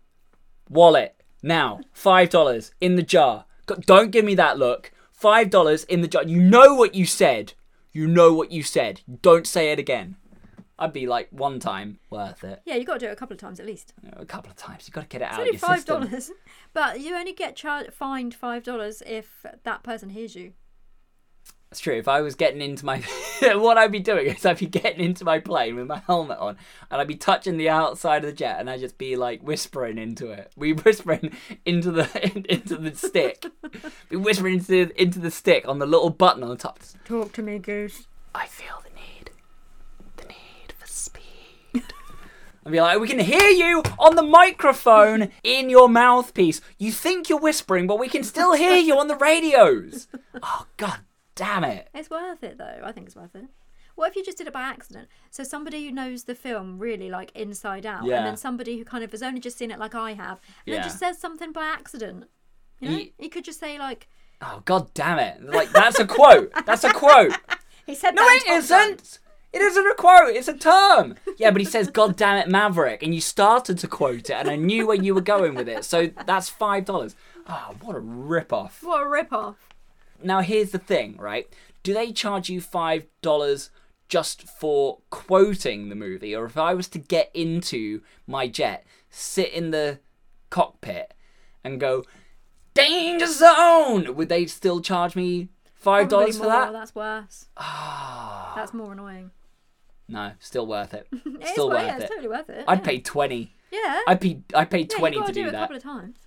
[SPEAKER 2] wallet now, five dollars in the jar. Go- Don't give me that look. Five dollars in the jar. You know what you said. You know what you said. Don't say it again. I'd be like one time worth it.
[SPEAKER 3] Yeah, you got to do it a couple of times at least.
[SPEAKER 2] You know, a couple of times. You got to get it out.
[SPEAKER 3] It's only
[SPEAKER 2] of your
[SPEAKER 3] five
[SPEAKER 2] system.
[SPEAKER 3] dollars, but you only get char- fined five dollars if that person hears you.
[SPEAKER 2] That's true. If I was getting into my, what I'd be doing is I'd be getting into my plane with my helmet on, and I'd be touching the outside of the jet, and I'd just be like whispering into it. We whispering into the into the stick. be whispering into the, into the stick on the little button on the top.
[SPEAKER 3] Talk to me, goose.
[SPEAKER 2] I feel the need, the need for speed. I'd be like, we can hear you on the microphone in your mouthpiece. You think you're whispering, but we can still hear you on the radios. Oh god, damn it.
[SPEAKER 3] It's worth it though. I think it's worth it. What if you just did it by accident? So somebody who knows the film really like inside out,
[SPEAKER 2] Yeah.
[SPEAKER 3] and then somebody who kind of has only just seen it like I have, and
[SPEAKER 2] Yeah.
[SPEAKER 3] then just says something by accident. You know,
[SPEAKER 2] Ye-
[SPEAKER 3] you could just say like
[SPEAKER 2] Oh god damn it! Like that's a quote. That's a quote.
[SPEAKER 3] he said.
[SPEAKER 2] No, it isn't. It isn't a quote. It's a term. Yeah, but he says "God damn it, Maverick," and you started to quote it, and I knew where you were going with it. So that's five dollars. Oh, what a rip-off.
[SPEAKER 3] What a rip off!
[SPEAKER 2] Now here's the thing, right? Do they charge you five dollars just for quoting the movie, or if I was to get into my jet, sit in the cockpit, and go "Danger Zone," would they still charge me five dollars for that?
[SPEAKER 3] That's worse. That's more annoying.
[SPEAKER 2] No, still worth it.
[SPEAKER 3] It is
[SPEAKER 2] still
[SPEAKER 3] wor-
[SPEAKER 2] worth
[SPEAKER 3] yeah,
[SPEAKER 2] it.
[SPEAKER 3] It's totally worth it.
[SPEAKER 2] I'd
[SPEAKER 3] yeah.
[SPEAKER 2] pay twenty.
[SPEAKER 3] Yeah.
[SPEAKER 2] I'd pay. I'd pay
[SPEAKER 3] Yeah, you
[SPEAKER 2] twenty
[SPEAKER 3] gotta
[SPEAKER 2] to do,
[SPEAKER 3] it a
[SPEAKER 2] that.
[SPEAKER 3] couple of times.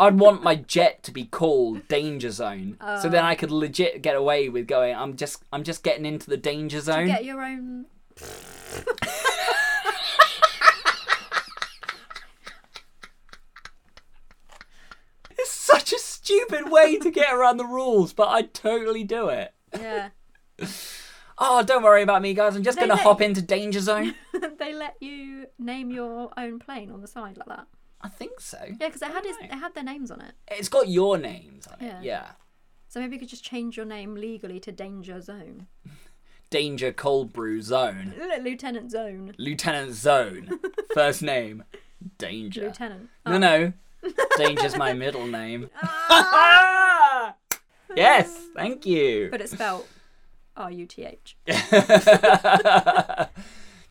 [SPEAKER 2] I'd want my jet to be called Danger Zone, so
[SPEAKER 3] Uh.
[SPEAKER 2] then I could legit get away with going. I'm just. I'm just getting into the danger zone.
[SPEAKER 3] Get your own.
[SPEAKER 2] It's such a stupid way to get around the rules, but I'd totally do it.
[SPEAKER 3] Yeah.
[SPEAKER 2] Oh, don't worry about me, guys. I'm just
[SPEAKER 3] No,
[SPEAKER 2] gonna
[SPEAKER 3] no.
[SPEAKER 2] hop into danger zone.
[SPEAKER 3] they let you name your own plane on the side like that.
[SPEAKER 2] I think so.
[SPEAKER 3] Yeah, because it had his, it had their names on it.
[SPEAKER 2] It's got your names on it. Yeah.
[SPEAKER 3] Yeah. So maybe you could just change your name legally to Danger Zone,
[SPEAKER 2] Danger Cold Brew Zone.
[SPEAKER 3] L- Lieutenant Zone,
[SPEAKER 2] Lieutenant Zone. First name. Danger.
[SPEAKER 3] Lieutenant.
[SPEAKER 2] No,
[SPEAKER 3] Oh,
[SPEAKER 2] no. Danger's my middle name. yes, thank you.
[SPEAKER 3] Ah! But it's spelled R U T H.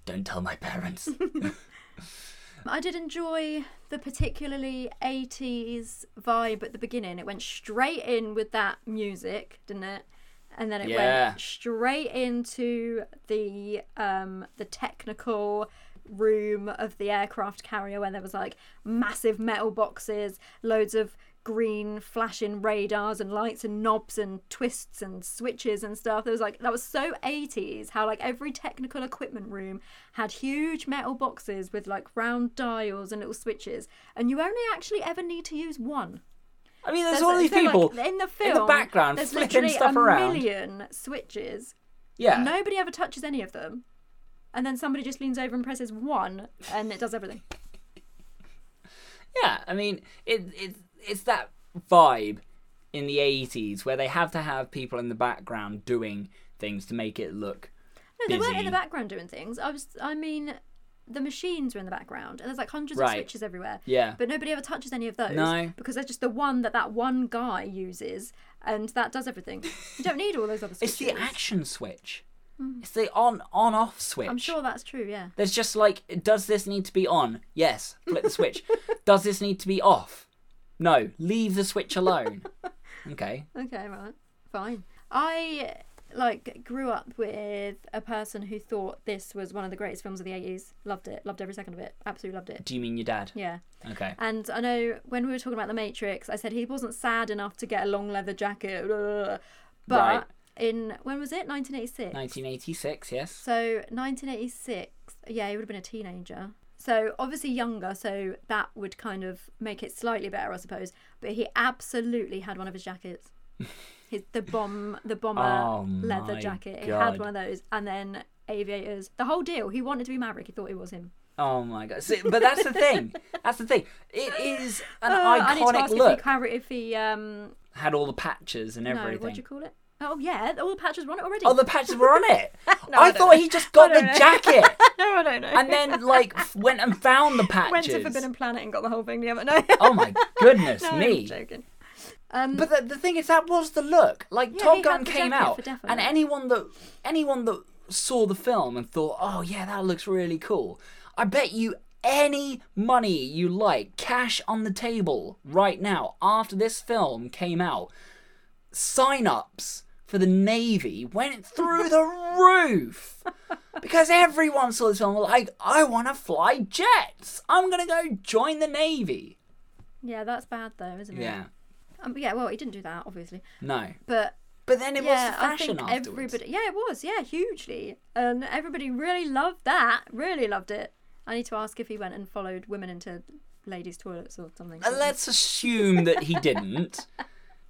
[SPEAKER 2] Don't tell my parents.
[SPEAKER 3] I did enjoy the particularly 80s vibe at the beginning. It went straight in with that music, didn't it? And then it
[SPEAKER 2] Yeah.
[SPEAKER 3] went straight into the um, the technical room of the aircraft carrier where there was like massive metal boxes, loads of green flashing radars and lights and knobs and twists and switches and stuff. There was like that was so 80s how like every technical equipment room had huge metal boxes with like round dials and little switches and you only actually ever need to use one.
[SPEAKER 2] I mean, there's,
[SPEAKER 3] There's
[SPEAKER 2] all
[SPEAKER 3] a-
[SPEAKER 2] these
[SPEAKER 3] so, like,
[SPEAKER 2] people
[SPEAKER 3] in the film
[SPEAKER 2] in the background
[SPEAKER 3] there's
[SPEAKER 2] flicking
[SPEAKER 3] literally
[SPEAKER 2] stuff
[SPEAKER 3] a
[SPEAKER 2] around.
[SPEAKER 3] million switches
[SPEAKER 2] Yeah.
[SPEAKER 3] Nobody ever touches any of them. And then somebody just leans over and presses one and it does everything.
[SPEAKER 2] Yeah, I mean, it, it it's that vibe in the 80s where they have to have people in the background doing things to make it look
[SPEAKER 3] No, they weren't in
[SPEAKER 2] Busy.
[SPEAKER 3] the background doing things. I was I mean the machines were in the background and there's like hundreds
[SPEAKER 2] Right.
[SPEAKER 3] of switches everywhere.
[SPEAKER 2] Yeah.
[SPEAKER 3] But nobody ever touches any of those
[SPEAKER 2] No.
[SPEAKER 3] because they're just the one that that one guy uses and that does everything. You don't need all those other
[SPEAKER 2] It's
[SPEAKER 3] switches.
[SPEAKER 2] the action switch. It's the on on off switch.
[SPEAKER 3] Mm-hmm. I'm sure that's true, yeah.
[SPEAKER 2] There's just like, does this need to be on? Yes, flip the switch. does this need to be off? No, leave the switch alone. okay.
[SPEAKER 3] Okay, right. Fine. I like grew up with a person who thought this was one of the greatest films of the 80s. Loved it. Loved every second of it. Absolutely loved it.
[SPEAKER 2] Do you mean your dad?
[SPEAKER 3] Yeah. Uh,
[SPEAKER 2] Okay.
[SPEAKER 3] And I know when we were talking about The Matrix, I said he wasn't sad enough to get a long leather jacket. blah, blah, blah. But
[SPEAKER 2] Right.
[SPEAKER 3] in when was it? 1986.
[SPEAKER 2] 1986, yes.
[SPEAKER 3] So 1986, yeah, he would have been a teenager. So obviously younger, so that would kind of make it slightly better, I suppose. But he absolutely had one of his jackets. His the bomb, the bomber
[SPEAKER 2] Oh,
[SPEAKER 3] leather
[SPEAKER 2] my
[SPEAKER 3] jacket. He had
[SPEAKER 2] God.
[SPEAKER 3] one of those, and then aviators. The whole deal. He wanted to be Maverick. He thought it was him.
[SPEAKER 2] Oh my god. See, but that's the thing. That's the thing. It is an
[SPEAKER 3] Oh, I need to
[SPEAKER 2] iconic
[SPEAKER 3] ask if
[SPEAKER 2] look.
[SPEAKER 3] he, carried, if he um,
[SPEAKER 2] Had all the patches and
[SPEAKER 3] no, what
[SPEAKER 2] everything.
[SPEAKER 3] do you call it? Oh yeah, all the patches were on it already.
[SPEAKER 2] Oh, the patches were on it.
[SPEAKER 3] No, I
[SPEAKER 2] I
[SPEAKER 3] don't
[SPEAKER 2] thought
[SPEAKER 3] know.
[SPEAKER 2] he just got
[SPEAKER 3] I
[SPEAKER 2] the
[SPEAKER 3] don't know.
[SPEAKER 2] jacket
[SPEAKER 3] no, I don't know.
[SPEAKER 2] and then like f- went and found the patches.
[SPEAKER 3] went to Forbidden Planet and got the whole thing. Yeah, but no.
[SPEAKER 2] Oh my goodness
[SPEAKER 3] no, I'm
[SPEAKER 2] Oh, me.
[SPEAKER 3] joking. Um,
[SPEAKER 2] But the, the thing is, that was the look. Like
[SPEAKER 3] Yeah, he
[SPEAKER 2] Top
[SPEAKER 3] had
[SPEAKER 2] Gun
[SPEAKER 3] the
[SPEAKER 2] came
[SPEAKER 3] jacket
[SPEAKER 2] out,
[SPEAKER 3] for definite.
[SPEAKER 2] and anyone that anyone that saw the film and thought, "Oh yeah, that looks really cool," I bet you any money you like, cash on the table right now after this film came out, sign-ups for the Navy went through the roof. Because everyone saw this film, like, I want to fly jets. I'm going to go join the Navy.
[SPEAKER 3] yeah, that's bad though, isn't it?
[SPEAKER 2] Yeah,
[SPEAKER 3] Um, but yeah, well, he didn't do that, obviously.
[SPEAKER 2] no.
[SPEAKER 3] But
[SPEAKER 2] But then it was
[SPEAKER 3] yeah,
[SPEAKER 2] the
[SPEAKER 3] I
[SPEAKER 2] fashion
[SPEAKER 3] think
[SPEAKER 2] afterwards.
[SPEAKER 3] everybody. Yeah, it was. Yeah, hugely, and everybody really loved that. Really loved it. I need to ask if he went and followed women into ladies' toilets or something.
[SPEAKER 2] Uh, Let's assume that he didn't.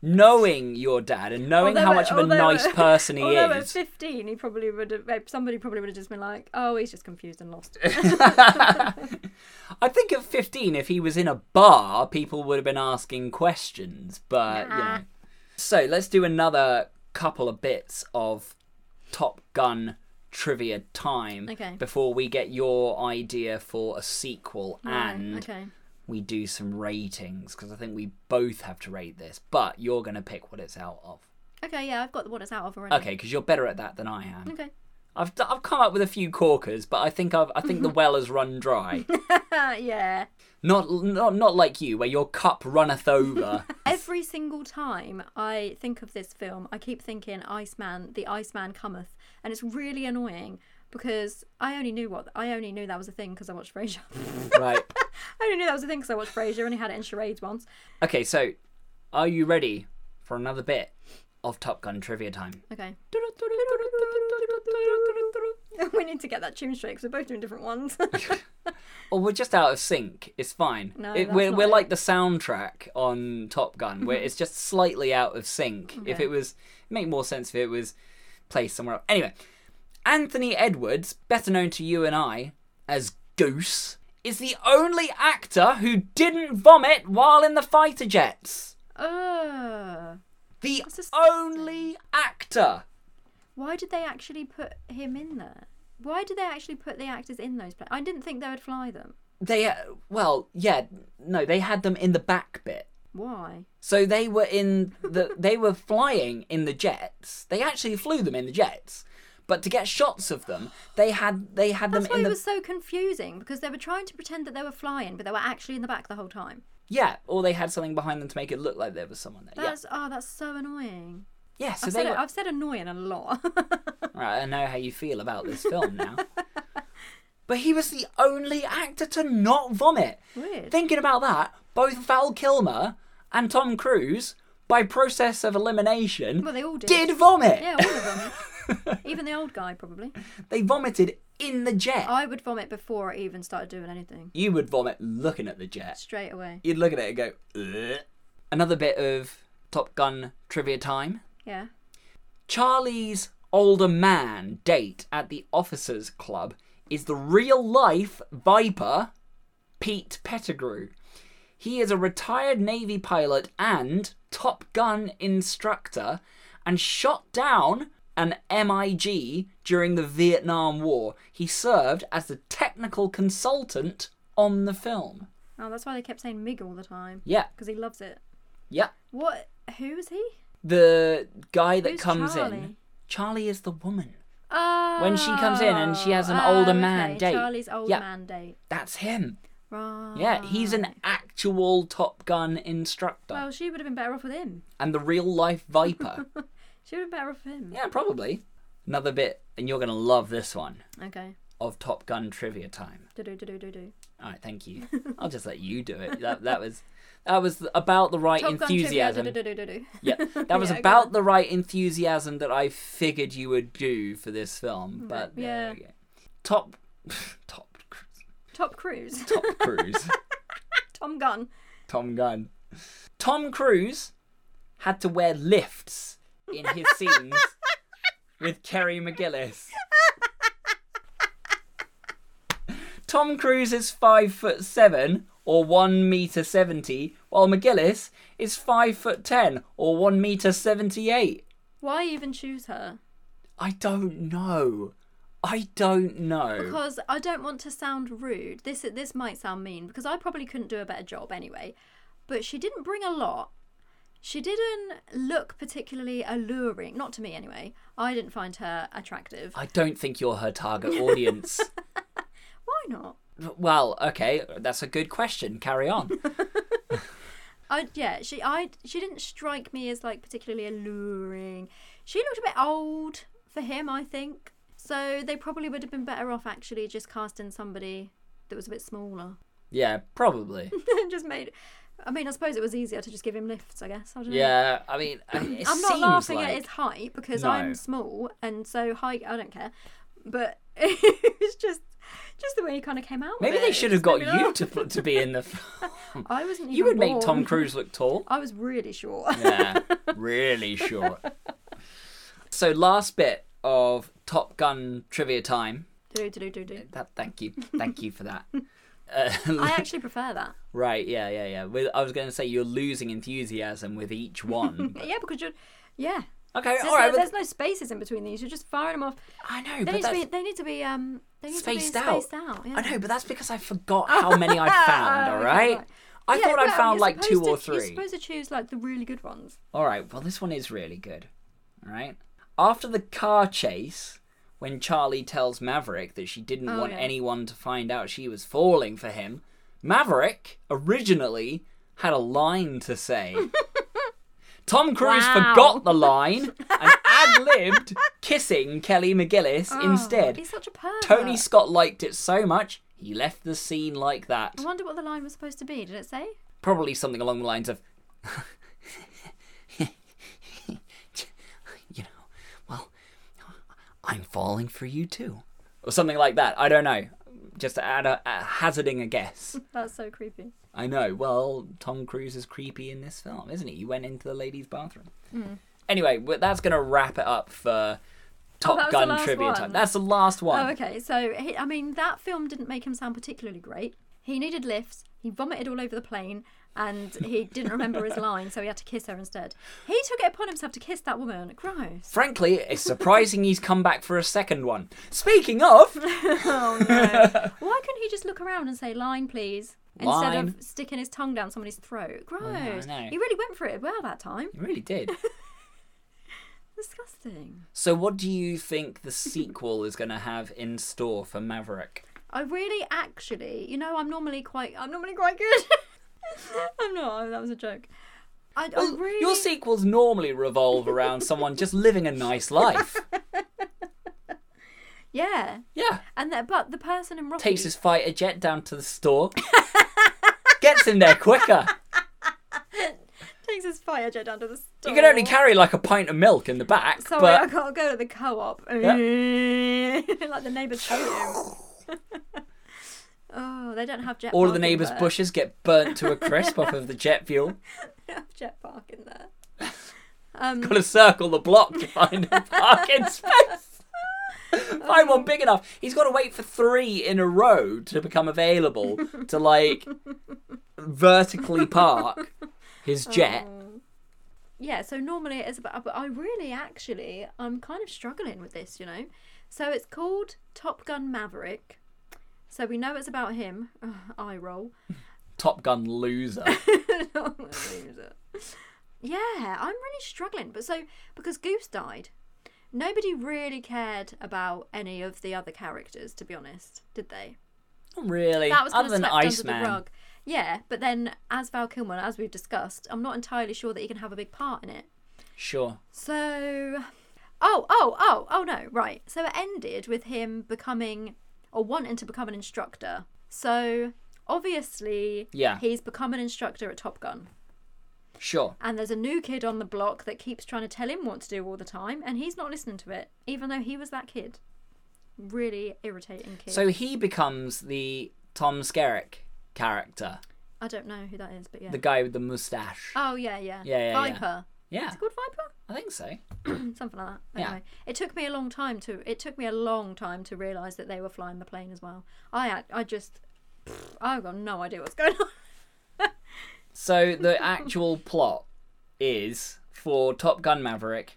[SPEAKER 2] Knowing your dad and knowing how
[SPEAKER 3] Although-
[SPEAKER 2] much of a
[SPEAKER 3] although-
[SPEAKER 2] nice person he
[SPEAKER 3] although at
[SPEAKER 2] is.
[SPEAKER 3] fifteen, he probably would have. eh, Somebody probably would have just been like, "Oh, he's just confused and lost."
[SPEAKER 2] I think at 15, if he was in a bar, people would have been asking questions, but you
[SPEAKER 3] Nah.
[SPEAKER 2] know. So let's do another couple of bits of Top Gun trivia time
[SPEAKER 3] Okay.
[SPEAKER 2] before we get your idea for a sequel and
[SPEAKER 3] okay.
[SPEAKER 2] we do some ratings because I think we both have to rate this, but you're going to pick what it's out of.
[SPEAKER 3] Okay. Yeah, I've got what it's out of already.
[SPEAKER 2] Okay, because you're better at that than I am.
[SPEAKER 3] Okay.
[SPEAKER 2] I've, d- I've come up with a few corkers, but I think I've I think the well has run dry.
[SPEAKER 3] Uh, yeah.
[SPEAKER 2] not not not like you, where your cup runneth over.
[SPEAKER 3] Every single time I think of this film, I keep thinking Iceman, the Iceman cometh, and it's really annoying because I only knew what I only knew that was a thing because I watched Frasier.
[SPEAKER 2] right.
[SPEAKER 3] I only knew that was a thing because I watched Frasier and he had it in charades once.
[SPEAKER 2] Okay, so are you ready for another bit of Top Gun trivia time?
[SPEAKER 3] Okay. we need to get that tune straight because we're both doing different ones.
[SPEAKER 2] Or we're just out of sync. It's fine.
[SPEAKER 3] No,
[SPEAKER 2] It-
[SPEAKER 3] that's
[SPEAKER 2] we're
[SPEAKER 3] not
[SPEAKER 2] we're
[SPEAKER 3] it. Mm-hmm.
[SPEAKER 2] like the soundtrack on Top Gun, where it's just slightly out of sync. If
[SPEAKER 3] Okay.
[SPEAKER 2] it was, it'd make more sense if it was placed somewhere else. Anyway, Anthony Edwards, better known to you and I as Goose, is the only actor who didn't vomit while in the fighter jets.
[SPEAKER 3] uh,
[SPEAKER 2] The
[SPEAKER 3] disgusting.
[SPEAKER 2] only actor.
[SPEAKER 3] why did they actually put him in there? Why did they actually put the actors in those places? I didn't think they would fly them.
[SPEAKER 2] They, uh, well, yeah, no, they had them in the back bit.
[SPEAKER 3] Why?
[SPEAKER 2] So they were in the they were flying in the jets. They actually flew them in the jets, but to get shots of them, they had they had
[SPEAKER 3] That's
[SPEAKER 2] them
[SPEAKER 3] why
[SPEAKER 2] in the
[SPEAKER 3] it was so confusing because they were trying to pretend that they were flying, but they were actually in the back the whole time.
[SPEAKER 2] yeah, or they had something behind them to make it look like there was someone there.
[SPEAKER 3] That's oh, that's so annoying.
[SPEAKER 2] yeah, yeah. So
[SPEAKER 3] I've,
[SPEAKER 2] they
[SPEAKER 3] said,
[SPEAKER 2] were.
[SPEAKER 3] I've said annoying a lot.
[SPEAKER 2] Right, I know how you feel about this film now. but he was the only actor to not vomit.
[SPEAKER 3] Weird.
[SPEAKER 2] Thinking about that, both Val Kilmer and Tom Cruise, by process of elimination,
[SPEAKER 3] Well, they all did.
[SPEAKER 2] vomit.
[SPEAKER 3] yeah, all of them. even the old guy probably.
[SPEAKER 2] They vomited in the jet.
[SPEAKER 3] I would vomit before I even started doing anything.
[SPEAKER 2] you would vomit looking at the jet.
[SPEAKER 3] Straight away.
[SPEAKER 2] You'd look at it and go, Ugh. another bit of Top Gun trivia time.
[SPEAKER 3] Yeah.
[SPEAKER 2] Charlie's older man date at the officers' club is the real life Viper, Pete Pettigrew. He is a retired Navy pilot and Top Gun instructor and shot down an MIG during the Vietnam War. He served as the technical consultant on the film.
[SPEAKER 3] Oh, that's why they kept saying Mig all the time
[SPEAKER 2] Yeah,
[SPEAKER 3] because he loves it.
[SPEAKER 2] yeah.
[SPEAKER 3] What? Who is he?
[SPEAKER 2] The guy that
[SPEAKER 3] Who's
[SPEAKER 2] comes
[SPEAKER 3] Charlie?
[SPEAKER 2] in, Charlie is the woman.
[SPEAKER 3] Oh, Oh,
[SPEAKER 2] When she comes in and she has an
[SPEAKER 3] oh,
[SPEAKER 2] older
[SPEAKER 3] okay.
[SPEAKER 2] man date.
[SPEAKER 3] Charlie's old
[SPEAKER 2] Yeah.
[SPEAKER 3] man Ah. date.
[SPEAKER 2] That's him.
[SPEAKER 3] Right.
[SPEAKER 2] Yeah, he's an actual Top Gun instructor
[SPEAKER 3] Well, she would have been better off with him.
[SPEAKER 2] and the real life Viper.
[SPEAKER 3] She would have been better off with him.
[SPEAKER 2] yeah, probably. Another bit, and you're going to love this one
[SPEAKER 3] Okay.
[SPEAKER 2] of Top Gun trivia time.
[SPEAKER 3] Do do do do do do.
[SPEAKER 2] All right, thank you. I'll just let you do it. That, that was that was about the right
[SPEAKER 3] Top Gun trivia,
[SPEAKER 2] enthusiasm.
[SPEAKER 3] do-do-do-do-do.
[SPEAKER 2] yeah, that was
[SPEAKER 3] Yeah, go
[SPEAKER 2] about the right enthusiasm that I figured you would do for this film. But
[SPEAKER 3] yeah.
[SPEAKER 2] there we go. Top, top, Cruise-
[SPEAKER 3] Top Cruise.
[SPEAKER 2] top Cruise,
[SPEAKER 3] Tom Gunn.
[SPEAKER 2] Tom Gunn, Tom Cruise had to wear lifts in his scenes with Kerry McGillis. Tom Cruise is five foot seven or one meter seventy, while McGillis is five foot ten or one meter seventy eight.
[SPEAKER 3] Why even choose her?
[SPEAKER 2] I don't know. I don't know.
[SPEAKER 3] Because I don't want to sound rude. This this might sound mean because I probably couldn't do a better job anyway. But she didn't bring a lot. She didn't look particularly alluring, not to me anyway. I didn't find her attractive.
[SPEAKER 2] I don't think you're her target audience.
[SPEAKER 3] Why not?
[SPEAKER 2] well, okay, that's a good question. Carry on.
[SPEAKER 3] I yeah, she I she didn't strike me as like particularly alluring. She looked a bit old for him, I think. So they probably would have been better off actually just casting somebody that was a bit smaller.
[SPEAKER 2] yeah, probably.
[SPEAKER 3] just made I mean, I suppose it was easier to just give him lifts, I guess. I don't know.
[SPEAKER 2] Yeah, I mean, uh, it
[SPEAKER 3] I'm not
[SPEAKER 2] seems
[SPEAKER 3] laughing
[SPEAKER 2] like
[SPEAKER 3] at his height because
[SPEAKER 2] No.
[SPEAKER 3] I'm small and so height I don't care. But it was just just the way he kind of came out.
[SPEAKER 2] maybe
[SPEAKER 3] with it.
[SPEAKER 2] they
[SPEAKER 3] It
[SPEAKER 2] should have
[SPEAKER 3] just
[SPEAKER 2] got
[SPEAKER 3] made me
[SPEAKER 2] you
[SPEAKER 3] laugh.
[SPEAKER 2] to put- to be in the film.
[SPEAKER 3] I wasn't.
[SPEAKER 2] you would
[SPEAKER 3] even
[SPEAKER 2] make Tom
[SPEAKER 3] born.
[SPEAKER 2] Cruise look tall.
[SPEAKER 3] I was really short.
[SPEAKER 2] Yeah, really short. So last bit of Top Gun trivia time.
[SPEAKER 3] do do do do do.
[SPEAKER 2] That thank you, thank you for that. Uh,
[SPEAKER 3] I actually prefer that.
[SPEAKER 2] Right, yeah, yeah, yeah. Well, I was going to say you're losing enthusiasm with each one. but-
[SPEAKER 3] Yeah, because you're. Yeah.
[SPEAKER 2] okay,
[SPEAKER 3] There's,
[SPEAKER 2] all right.
[SPEAKER 3] no,
[SPEAKER 2] but-
[SPEAKER 3] there's no spaces in between these. You're just firing them off.
[SPEAKER 2] I know,
[SPEAKER 3] They
[SPEAKER 2] but
[SPEAKER 3] need to
[SPEAKER 2] that's,
[SPEAKER 3] be. They need to be. Um. They need
[SPEAKER 2] spaced
[SPEAKER 3] to be
[SPEAKER 2] out.
[SPEAKER 3] spaced out. Yeah.
[SPEAKER 2] I know, but that's because I forgot how many I found.
[SPEAKER 3] Oh,
[SPEAKER 2] all
[SPEAKER 3] okay,
[SPEAKER 2] right,
[SPEAKER 3] right.
[SPEAKER 2] I
[SPEAKER 3] Yeah,
[SPEAKER 2] thought I
[SPEAKER 3] well,
[SPEAKER 2] found
[SPEAKER 3] you're
[SPEAKER 2] like two
[SPEAKER 3] supposed
[SPEAKER 2] or
[SPEAKER 3] to- You're
[SPEAKER 2] three.
[SPEAKER 3] supposed to choose like the really good ones.
[SPEAKER 2] All right, well, this one is really good. All right, after the car chase, when Charlie tells Maverick that she didn't
[SPEAKER 3] Oh,
[SPEAKER 2] want
[SPEAKER 3] yeah.
[SPEAKER 2] anyone to find out she was falling for him, Maverick originally had a line to say. Tom Cruise
[SPEAKER 3] Wow.
[SPEAKER 2] forgot the line and ad libbed kissing Kelly McGillis
[SPEAKER 3] Oh,
[SPEAKER 2] instead.
[SPEAKER 3] he's such a pervert.
[SPEAKER 2] Tony Scott liked it so much, he left the scene like that.
[SPEAKER 3] I wonder what the line was supposed to be. Did it say?
[SPEAKER 2] Probably something along the lines of, you know, well, I'm falling for you too. Or something like that. I don't know. Just add a, a- hazarding a guess.
[SPEAKER 3] That's so creepy.
[SPEAKER 2] I know. Well, Tom Cruise is creepy in this film, isn't he? He went into the ladies' bathroom.
[SPEAKER 3] Hmm.
[SPEAKER 2] Anyway, well, that's going to wrap it up for Top
[SPEAKER 3] Oh, that was the
[SPEAKER 2] Gun
[SPEAKER 3] last
[SPEAKER 2] trivia time.
[SPEAKER 3] one.
[SPEAKER 2] That's the last one.
[SPEAKER 3] Oh, okay. So, he, I mean, that film didn't make him sound particularly great. He needed lifts. He vomited all over the plane, and he didn't remember his line, so he had to kiss her instead. He took it upon himself to kiss that woman. Gross.
[SPEAKER 2] Frankly, it's surprising he's come back for a second one. Speaking of,
[SPEAKER 3] Oh no! Why couldn't he just look around and say "line, please" instead
[SPEAKER 2] Line.
[SPEAKER 3] of sticking his tongue down somebody's throat? Gross.
[SPEAKER 2] know.
[SPEAKER 3] He really went for it well that time.
[SPEAKER 2] You really did.
[SPEAKER 3] Disgusting.
[SPEAKER 2] so, what do you think the sequel is going to have in store for Maverick?
[SPEAKER 3] I really, actually, you know, I'm normally quite, I'm normally quite good. I'm not. oh, That was a joke. I, I Oh, really.
[SPEAKER 2] Your sequels normally revolve around someone just living a nice life.
[SPEAKER 3] Yeah.
[SPEAKER 2] Yeah,
[SPEAKER 3] And that, but the person in Rocky
[SPEAKER 2] takes his fighter jet down to the store, gets in there quicker.
[SPEAKER 3] takes his fire jet down to the store.
[SPEAKER 2] You can only carry like a pint of milk in the back,
[SPEAKER 3] Sorry, I
[SPEAKER 2] but
[SPEAKER 3] gotta go to the co-op. like the neighbours hate him. oh, they don't have jet.
[SPEAKER 2] all of the
[SPEAKER 3] parking
[SPEAKER 2] neighbours'
[SPEAKER 3] there.
[SPEAKER 2] bushes get burnt to a crisp off of the jet fuel.
[SPEAKER 3] They don't have jet park in there.
[SPEAKER 2] Got to circle the block to find a parking space. Find one big enough. He's got to wait for three in a row to become available to like vertically park
[SPEAKER 3] Oh.
[SPEAKER 2] his jet.
[SPEAKER 3] Yeah. So normally it's about, but I really actually I'm kind of struggling with this, you know. So it's called Top Gun Maverick. So we know it's about him. Ugh, eye roll.
[SPEAKER 2] Top Gun loser.
[SPEAKER 3] Oh, my loser. yeah, I'm really struggling. But so because Goose died, Nobody really cared about any of the other characters, to be honest, did they?
[SPEAKER 2] Not really.
[SPEAKER 3] That was kind
[SPEAKER 2] Other
[SPEAKER 3] of
[SPEAKER 2] than
[SPEAKER 3] swept
[SPEAKER 2] Iceman.
[SPEAKER 3] under the rug. Yeah, but then as Val Kilmer, as we've discussed, I'm not entirely sure that he can have a big part in it.
[SPEAKER 2] Sure.
[SPEAKER 3] So, oh, oh, oh, oh no, right. So it ended with him becoming or wanting to become an instructor. So obviously,
[SPEAKER 2] Yeah.
[SPEAKER 3] he's become an instructor at Top Gun.
[SPEAKER 2] Sure.
[SPEAKER 3] And there's a new kid on the block that keeps trying to tell him what to do all the time, and he's not listening to it, even though he was that kid. Really irritating kid.
[SPEAKER 2] So he becomes the Tom Skerrick character,
[SPEAKER 3] I don't know who that is, but yeah.
[SPEAKER 2] the guy with the mustache.
[SPEAKER 3] Oh yeah, yeah.
[SPEAKER 2] Yeah, yeah, yeah.
[SPEAKER 3] Viper.
[SPEAKER 2] yeah,
[SPEAKER 3] Is it called Viper?
[SPEAKER 2] I think so.
[SPEAKER 3] Something like that.
[SPEAKER 2] Yeah.
[SPEAKER 3] Anyway, it took me a long time to. It took me a long time to realize that they were flying the plane as well. I act- I just. pff, I've got no idea what's going on.
[SPEAKER 2] So the actual plot is for Top Gun Maverick.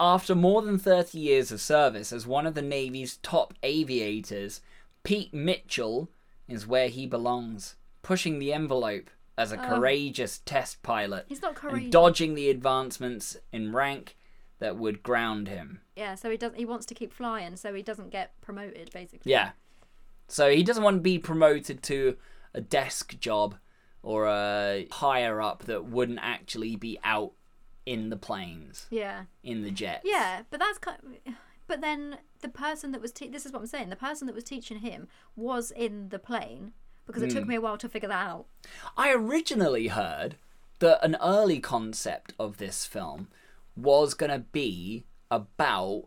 [SPEAKER 2] After more than 30 years of service as one of the Navy's top aviators, Pete Mitchell is where he belongs, pushing the envelope as a courageous test pilot
[SPEAKER 3] Oh. He's not
[SPEAKER 2] and
[SPEAKER 3] courageous.
[SPEAKER 2] dodging the advancements in rank that would ground him.
[SPEAKER 3] yeah, so he does. He wants to keep flying, so he doesn't get promoted, basically.
[SPEAKER 2] Yeah. So he doesn't want to be promoted to a desk job or a higher up that wouldn't actually be out in the planes,
[SPEAKER 3] Yeah.
[SPEAKER 2] in the jets.
[SPEAKER 3] Yeah, but that's kind. but then the person that was te- this is what I'm saying. The person that was teaching him was in the plane because it
[SPEAKER 2] Hmm.
[SPEAKER 3] took me a while to figure that out.
[SPEAKER 2] I originally heard that an early concept of this film was going to be about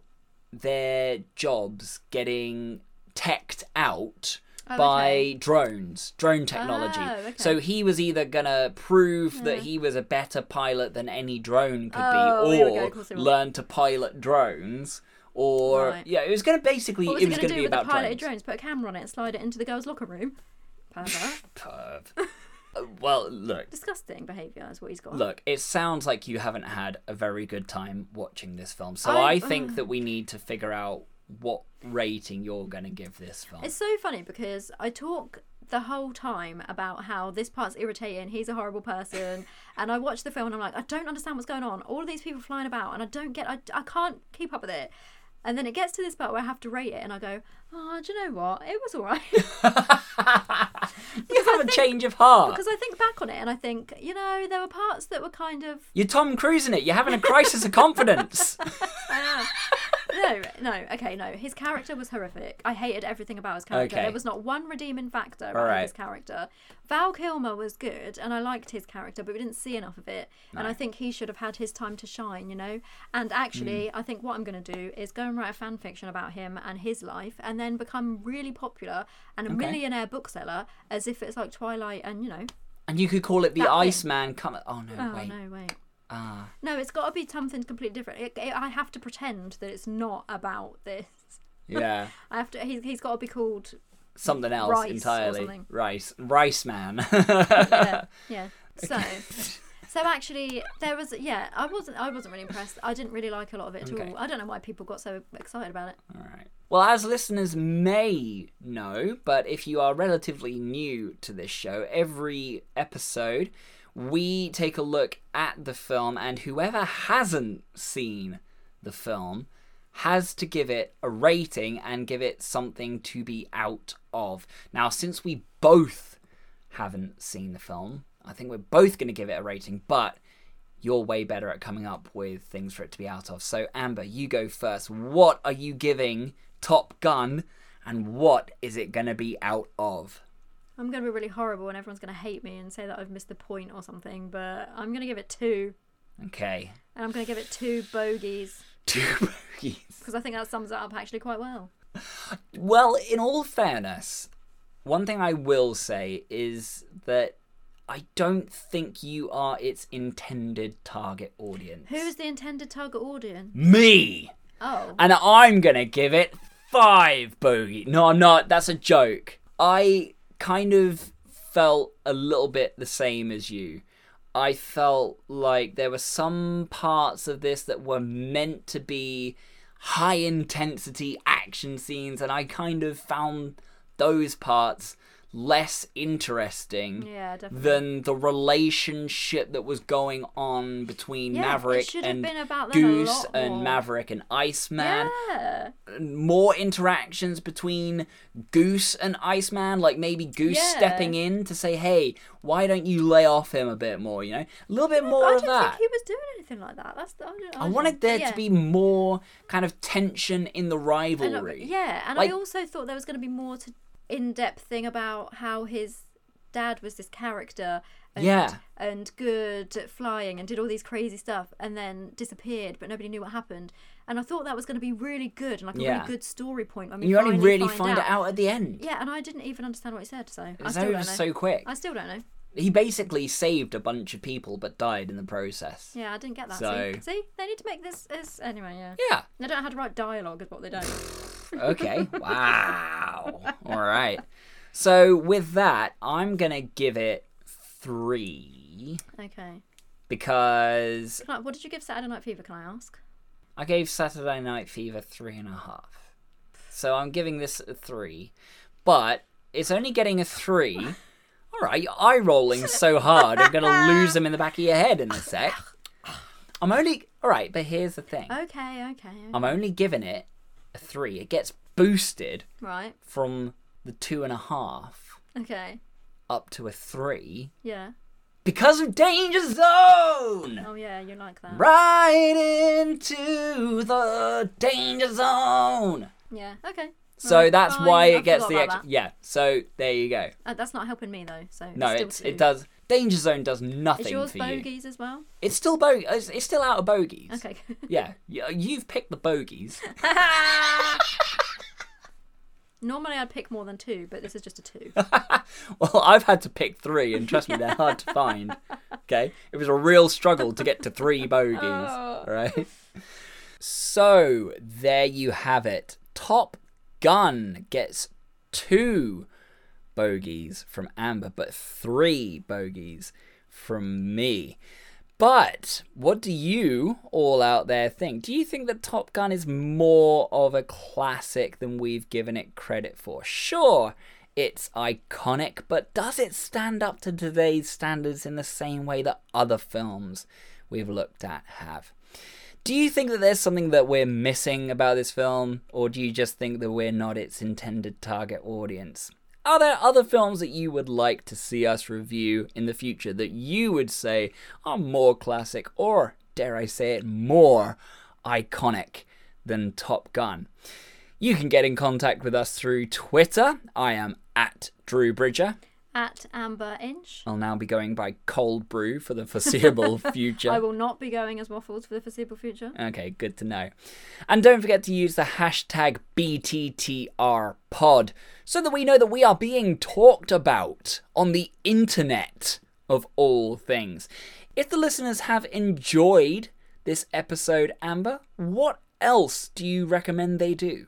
[SPEAKER 2] their jobs getting teched out by
[SPEAKER 3] Oh, okay.
[SPEAKER 2] drones, drone technology.
[SPEAKER 3] Oh, okay. Hmm.
[SPEAKER 2] So he was either going to prove that he was a better pilot than any drone could
[SPEAKER 3] Oh,
[SPEAKER 2] be
[SPEAKER 3] here we go,
[SPEAKER 2] or
[SPEAKER 3] of course he was.
[SPEAKER 2] learn to pilot drones or
[SPEAKER 3] Right.
[SPEAKER 2] yeah, it was going to basically
[SPEAKER 3] What was
[SPEAKER 2] it
[SPEAKER 3] he
[SPEAKER 2] was going
[SPEAKER 3] going to
[SPEAKER 2] to
[SPEAKER 3] do
[SPEAKER 2] be
[SPEAKER 3] with the
[SPEAKER 2] about
[SPEAKER 3] piloted
[SPEAKER 2] drones.
[SPEAKER 3] drones? Put a camera on it, and slide it into the girls' locker room. Pervert.
[SPEAKER 2] Perv. Uh, well, look.
[SPEAKER 3] Disgusting behaviour is what he's got.
[SPEAKER 2] Look, it sounds like you haven't had a very good time watching this film, so I,
[SPEAKER 3] I-
[SPEAKER 2] think that we need to figure out what rating you're going to give this film.
[SPEAKER 3] It's so funny because I talk the whole time about how this part's irritating, he's a horrible person, and I watch the film and I'm like, I don't understand what's going on. All of these people flying about, and I don't get, I, I can't keep up with it. And then it gets to this part where I have to rate it, and I go, oh, do you know what? It was all right.
[SPEAKER 2] you have a change of heart.
[SPEAKER 3] Because I think back on it and I think, you know, there were parts that were kind of
[SPEAKER 2] You're Tom Cruise in it. You're having a crisis of confidence.
[SPEAKER 3] no, no, okay, no. His character was horrific. I hated everything about his character.
[SPEAKER 2] Okay.
[SPEAKER 3] There was not one redeeming factor about
[SPEAKER 2] Alright.
[SPEAKER 3] his character. Val Kilmer was good, and I liked his character, but we didn't see enough of it. And I think he should have had his time to shine, you know. And
[SPEAKER 2] Mm.
[SPEAKER 3] actually, I think what I'm going to do is go and write a fan fiction about him and his life, and then become really popular and a millionaire bookseller, as if it's like Twilight, and you know.
[SPEAKER 2] and you could call it the
[SPEAKER 3] That thing.
[SPEAKER 2] Iceman. Come. Oh no,
[SPEAKER 3] Oh
[SPEAKER 2] wait.
[SPEAKER 3] no, wait.
[SPEAKER 2] Ah.
[SPEAKER 3] No, it's got to be something completely different. It, it, I have to pretend that it's not about this.
[SPEAKER 2] yeah,
[SPEAKER 3] I have to. He's, he's got to be called.
[SPEAKER 2] something else
[SPEAKER 3] Rice or
[SPEAKER 2] entirely.
[SPEAKER 3] something.
[SPEAKER 2] Rice, Rice Man.
[SPEAKER 3] Yeah. yeah. So. So actually, there was yeah. I wasn't. I wasn't really impressed. I didn't really like a lot of it at
[SPEAKER 2] Okay.
[SPEAKER 3] all. I don't know why people got so excited about it.
[SPEAKER 2] All right. Well, as listeners may know, but if you are relatively new to this show, every episode we take a look at the film, and whoever hasn't seen the film has to give it a rating and give it something to be out of. Now, since we both haven't seen the film, I think we're both going to give it a rating, but you're way better at coming up with things for it to be out of. So, Amber, you go first. What are you giving Top Gun, and what is it going to be out of?
[SPEAKER 3] I'm gonna be really horrible, and everyone's gonna hate me and say that I've missed the point or something. But I'm gonna give it two,
[SPEAKER 2] Okay.
[SPEAKER 3] and I'm gonna give it two bogeys
[SPEAKER 2] Two bogeys.
[SPEAKER 3] because I think that sums it up actually quite well.
[SPEAKER 2] Well, in all fairness, one thing I will say is that I don't think you are its intended target audience.
[SPEAKER 3] Who is the intended target audience?
[SPEAKER 2] Me!
[SPEAKER 3] Oh,
[SPEAKER 2] and I'm gonna give it five bogey. No, I'm not. That's a joke. I kind of felt a little bit the same as you. I felt like there were some parts of this that were meant to be high intensity action scenes, and I kind of found those parts less interesting
[SPEAKER 3] Yeah, definitely.
[SPEAKER 2] than the relationship that was going on between
[SPEAKER 3] Yeah, it
[SPEAKER 2] Maverick
[SPEAKER 3] should have
[SPEAKER 2] and
[SPEAKER 3] been about them a
[SPEAKER 2] Goose
[SPEAKER 3] lot
[SPEAKER 2] and
[SPEAKER 3] more.
[SPEAKER 2] Maverick and Iceman.
[SPEAKER 3] yeah.
[SPEAKER 2] More interactions between Goose and Iceman, like maybe Goose
[SPEAKER 3] Yeah.
[SPEAKER 2] stepping in to say, "Hey, why don't you lay off him a bit more?" You know, a little bit more
[SPEAKER 3] I
[SPEAKER 2] of
[SPEAKER 3] didn't
[SPEAKER 2] that.
[SPEAKER 3] think he was doing anything like that. That's the, I, don't, I,
[SPEAKER 2] I
[SPEAKER 3] don't-
[SPEAKER 2] wanted there
[SPEAKER 3] yeah.
[SPEAKER 2] to be more kind of tension in the
[SPEAKER 3] And I-
[SPEAKER 2] rivalry.
[SPEAKER 3] yeah, and
[SPEAKER 2] Like-
[SPEAKER 3] I also thought there was going to be more to in-depth thing about how his dad was this character. And,
[SPEAKER 2] Yeah.
[SPEAKER 3] And good at flying and did all these crazy stuff and then disappeared, but nobody knew what happened. And I thought that was going to be really good and like a
[SPEAKER 2] Yeah.
[SPEAKER 3] really good story point. When we
[SPEAKER 2] And you only
[SPEAKER 3] finally
[SPEAKER 2] really find, it out at the end.
[SPEAKER 3] Yeah, and I didn't even understand what he said, so I
[SPEAKER 2] It's
[SPEAKER 3] still don't know.
[SPEAKER 2] over so quick.
[SPEAKER 3] I still don't know.
[SPEAKER 2] He basically saved a bunch of people but died in the process.
[SPEAKER 3] Yeah, I didn't get that.
[SPEAKER 2] So-
[SPEAKER 3] See? see, they need to make this as anyway. Yeah,
[SPEAKER 2] Yeah.
[SPEAKER 3] they don't know how to write dialogue, is what they don't.
[SPEAKER 2] Okay. wow. All right. So with that, I'm gonna give it three
[SPEAKER 3] okay,
[SPEAKER 2] because
[SPEAKER 3] Can I- what did you give Saturday Night Fever? Can I ask?
[SPEAKER 2] I gave Saturday Night Fever three and a half. So I'm giving this a three. But it's only getting a three. Alright, you're eye rolling so hard I'm gonna lose them in the back of your head in a sec. I'm only alright, but here's the thing.
[SPEAKER 3] Okay, okay, okay.
[SPEAKER 2] I'm only giving it a three. It gets boosted
[SPEAKER 3] right.
[SPEAKER 2] from the two and a half
[SPEAKER 3] Okay,
[SPEAKER 2] up to a three
[SPEAKER 3] yeah.
[SPEAKER 2] because of Danger Zone!
[SPEAKER 3] Oh yeah, you like that.
[SPEAKER 2] Right into the Danger Zone!
[SPEAKER 3] Yeah. Okay.
[SPEAKER 2] So
[SPEAKER 3] Alright,
[SPEAKER 2] that's
[SPEAKER 3] fine.
[SPEAKER 2] why
[SPEAKER 3] Hmm. Oh, I
[SPEAKER 2] it gets
[SPEAKER 3] forgot
[SPEAKER 2] the
[SPEAKER 3] about
[SPEAKER 2] extra. Yeah. So there you go.
[SPEAKER 3] that. Uh, that's not helping me though. So
[SPEAKER 2] No,
[SPEAKER 3] still
[SPEAKER 2] it's,
[SPEAKER 3] two.
[SPEAKER 2] it does. Danger Zone does
[SPEAKER 3] Is
[SPEAKER 2] nothing
[SPEAKER 3] yours
[SPEAKER 2] for you.
[SPEAKER 3] bogeys as well?
[SPEAKER 2] It's still bo- it's, it's still out of bogeys.
[SPEAKER 3] Okay.
[SPEAKER 2] Yeah. y- You've picked the bogeys.
[SPEAKER 3] Normally I'd pick more than two, but this is just a two.
[SPEAKER 2] well, I've had to pick three, and trust me, they're hard to find. Okay. It was a real struggle to get to three bogeys.
[SPEAKER 3] Oh.
[SPEAKER 2] Right. So there you have it. Top Gun gets two bogeys from Amber, but three bogeys from me. But what do you all out there think? Do you think that Top Gun is more of a classic than we've given it credit for? Sure, it's iconic, but does it stand up to today's standards in the same way that other films we've looked at have? Do you think that there's something that we're missing about this film, or do you just think that we're not its intended target audience? Are there other films that you would like to see us review in the future that you would say are more classic, or dare I say it, more iconic than Top Gun? You can get in contact with us through Twitter. I am at Drew Bridger.
[SPEAKER 3] At Amber Inch.
[SPEAKER 2] I'll now be going by cold brew for the foreseeable future.
[SPEAKER 3] I will not be going as waffles for the foreseeable future.
[SPEAKER 2] Okay, good to know. And don't forget to use the hashtag BTTRpod so that we know that we are being talked about on the internet of all things. If the listeners have enjoyed this episode, Amber, what else do you recommend they do?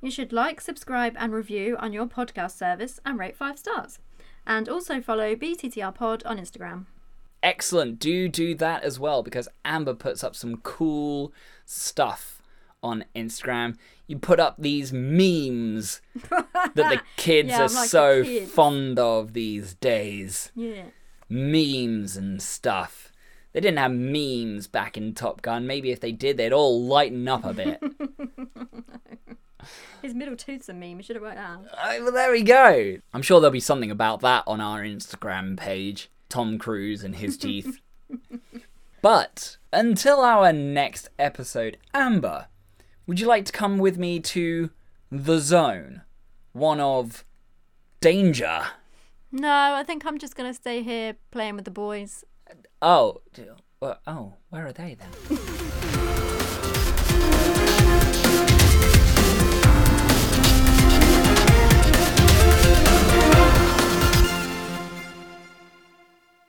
[SPEAKER 3] You should like, subscribe, and review on your podcast service and rate five stars. And also follow BTTR Pod on Instagram.
[SPEAKER 2] Excellent. Do do that as well because Amber puts up some cool stuff on Instagram. You put up these memes that the kids
[SPEAKER 3] Yeah,
[SPEAKER 2] are
[SPEAKER 3] I'm like the
[SPEAKER 2] so
[SPEAKER 3] kids.
[SPEAKER 2] fond of these days.
[SPEAKER 3] Yeah.
[SPEAKER 2] Memes and stuff. They didn't have memes back in Top Gun. Maybe if they did, they'd all lighten up a bit.
[SPEAKER 3] His middle tooth's a meme. You should have worked that out.
[SPEAKER 2] Uh, well, there we go. I'm sure there'll be something about that on our Instagram page. Tom Cruise and his teeth. but until our next episode, Amber, would you like to come with me to the zone? One of danger.
[SPEAKER 3] No, I think I'm just going to stay here playing with the boys.
[SPEAKER 2] Oh, d- well, oh, uh, where are they then?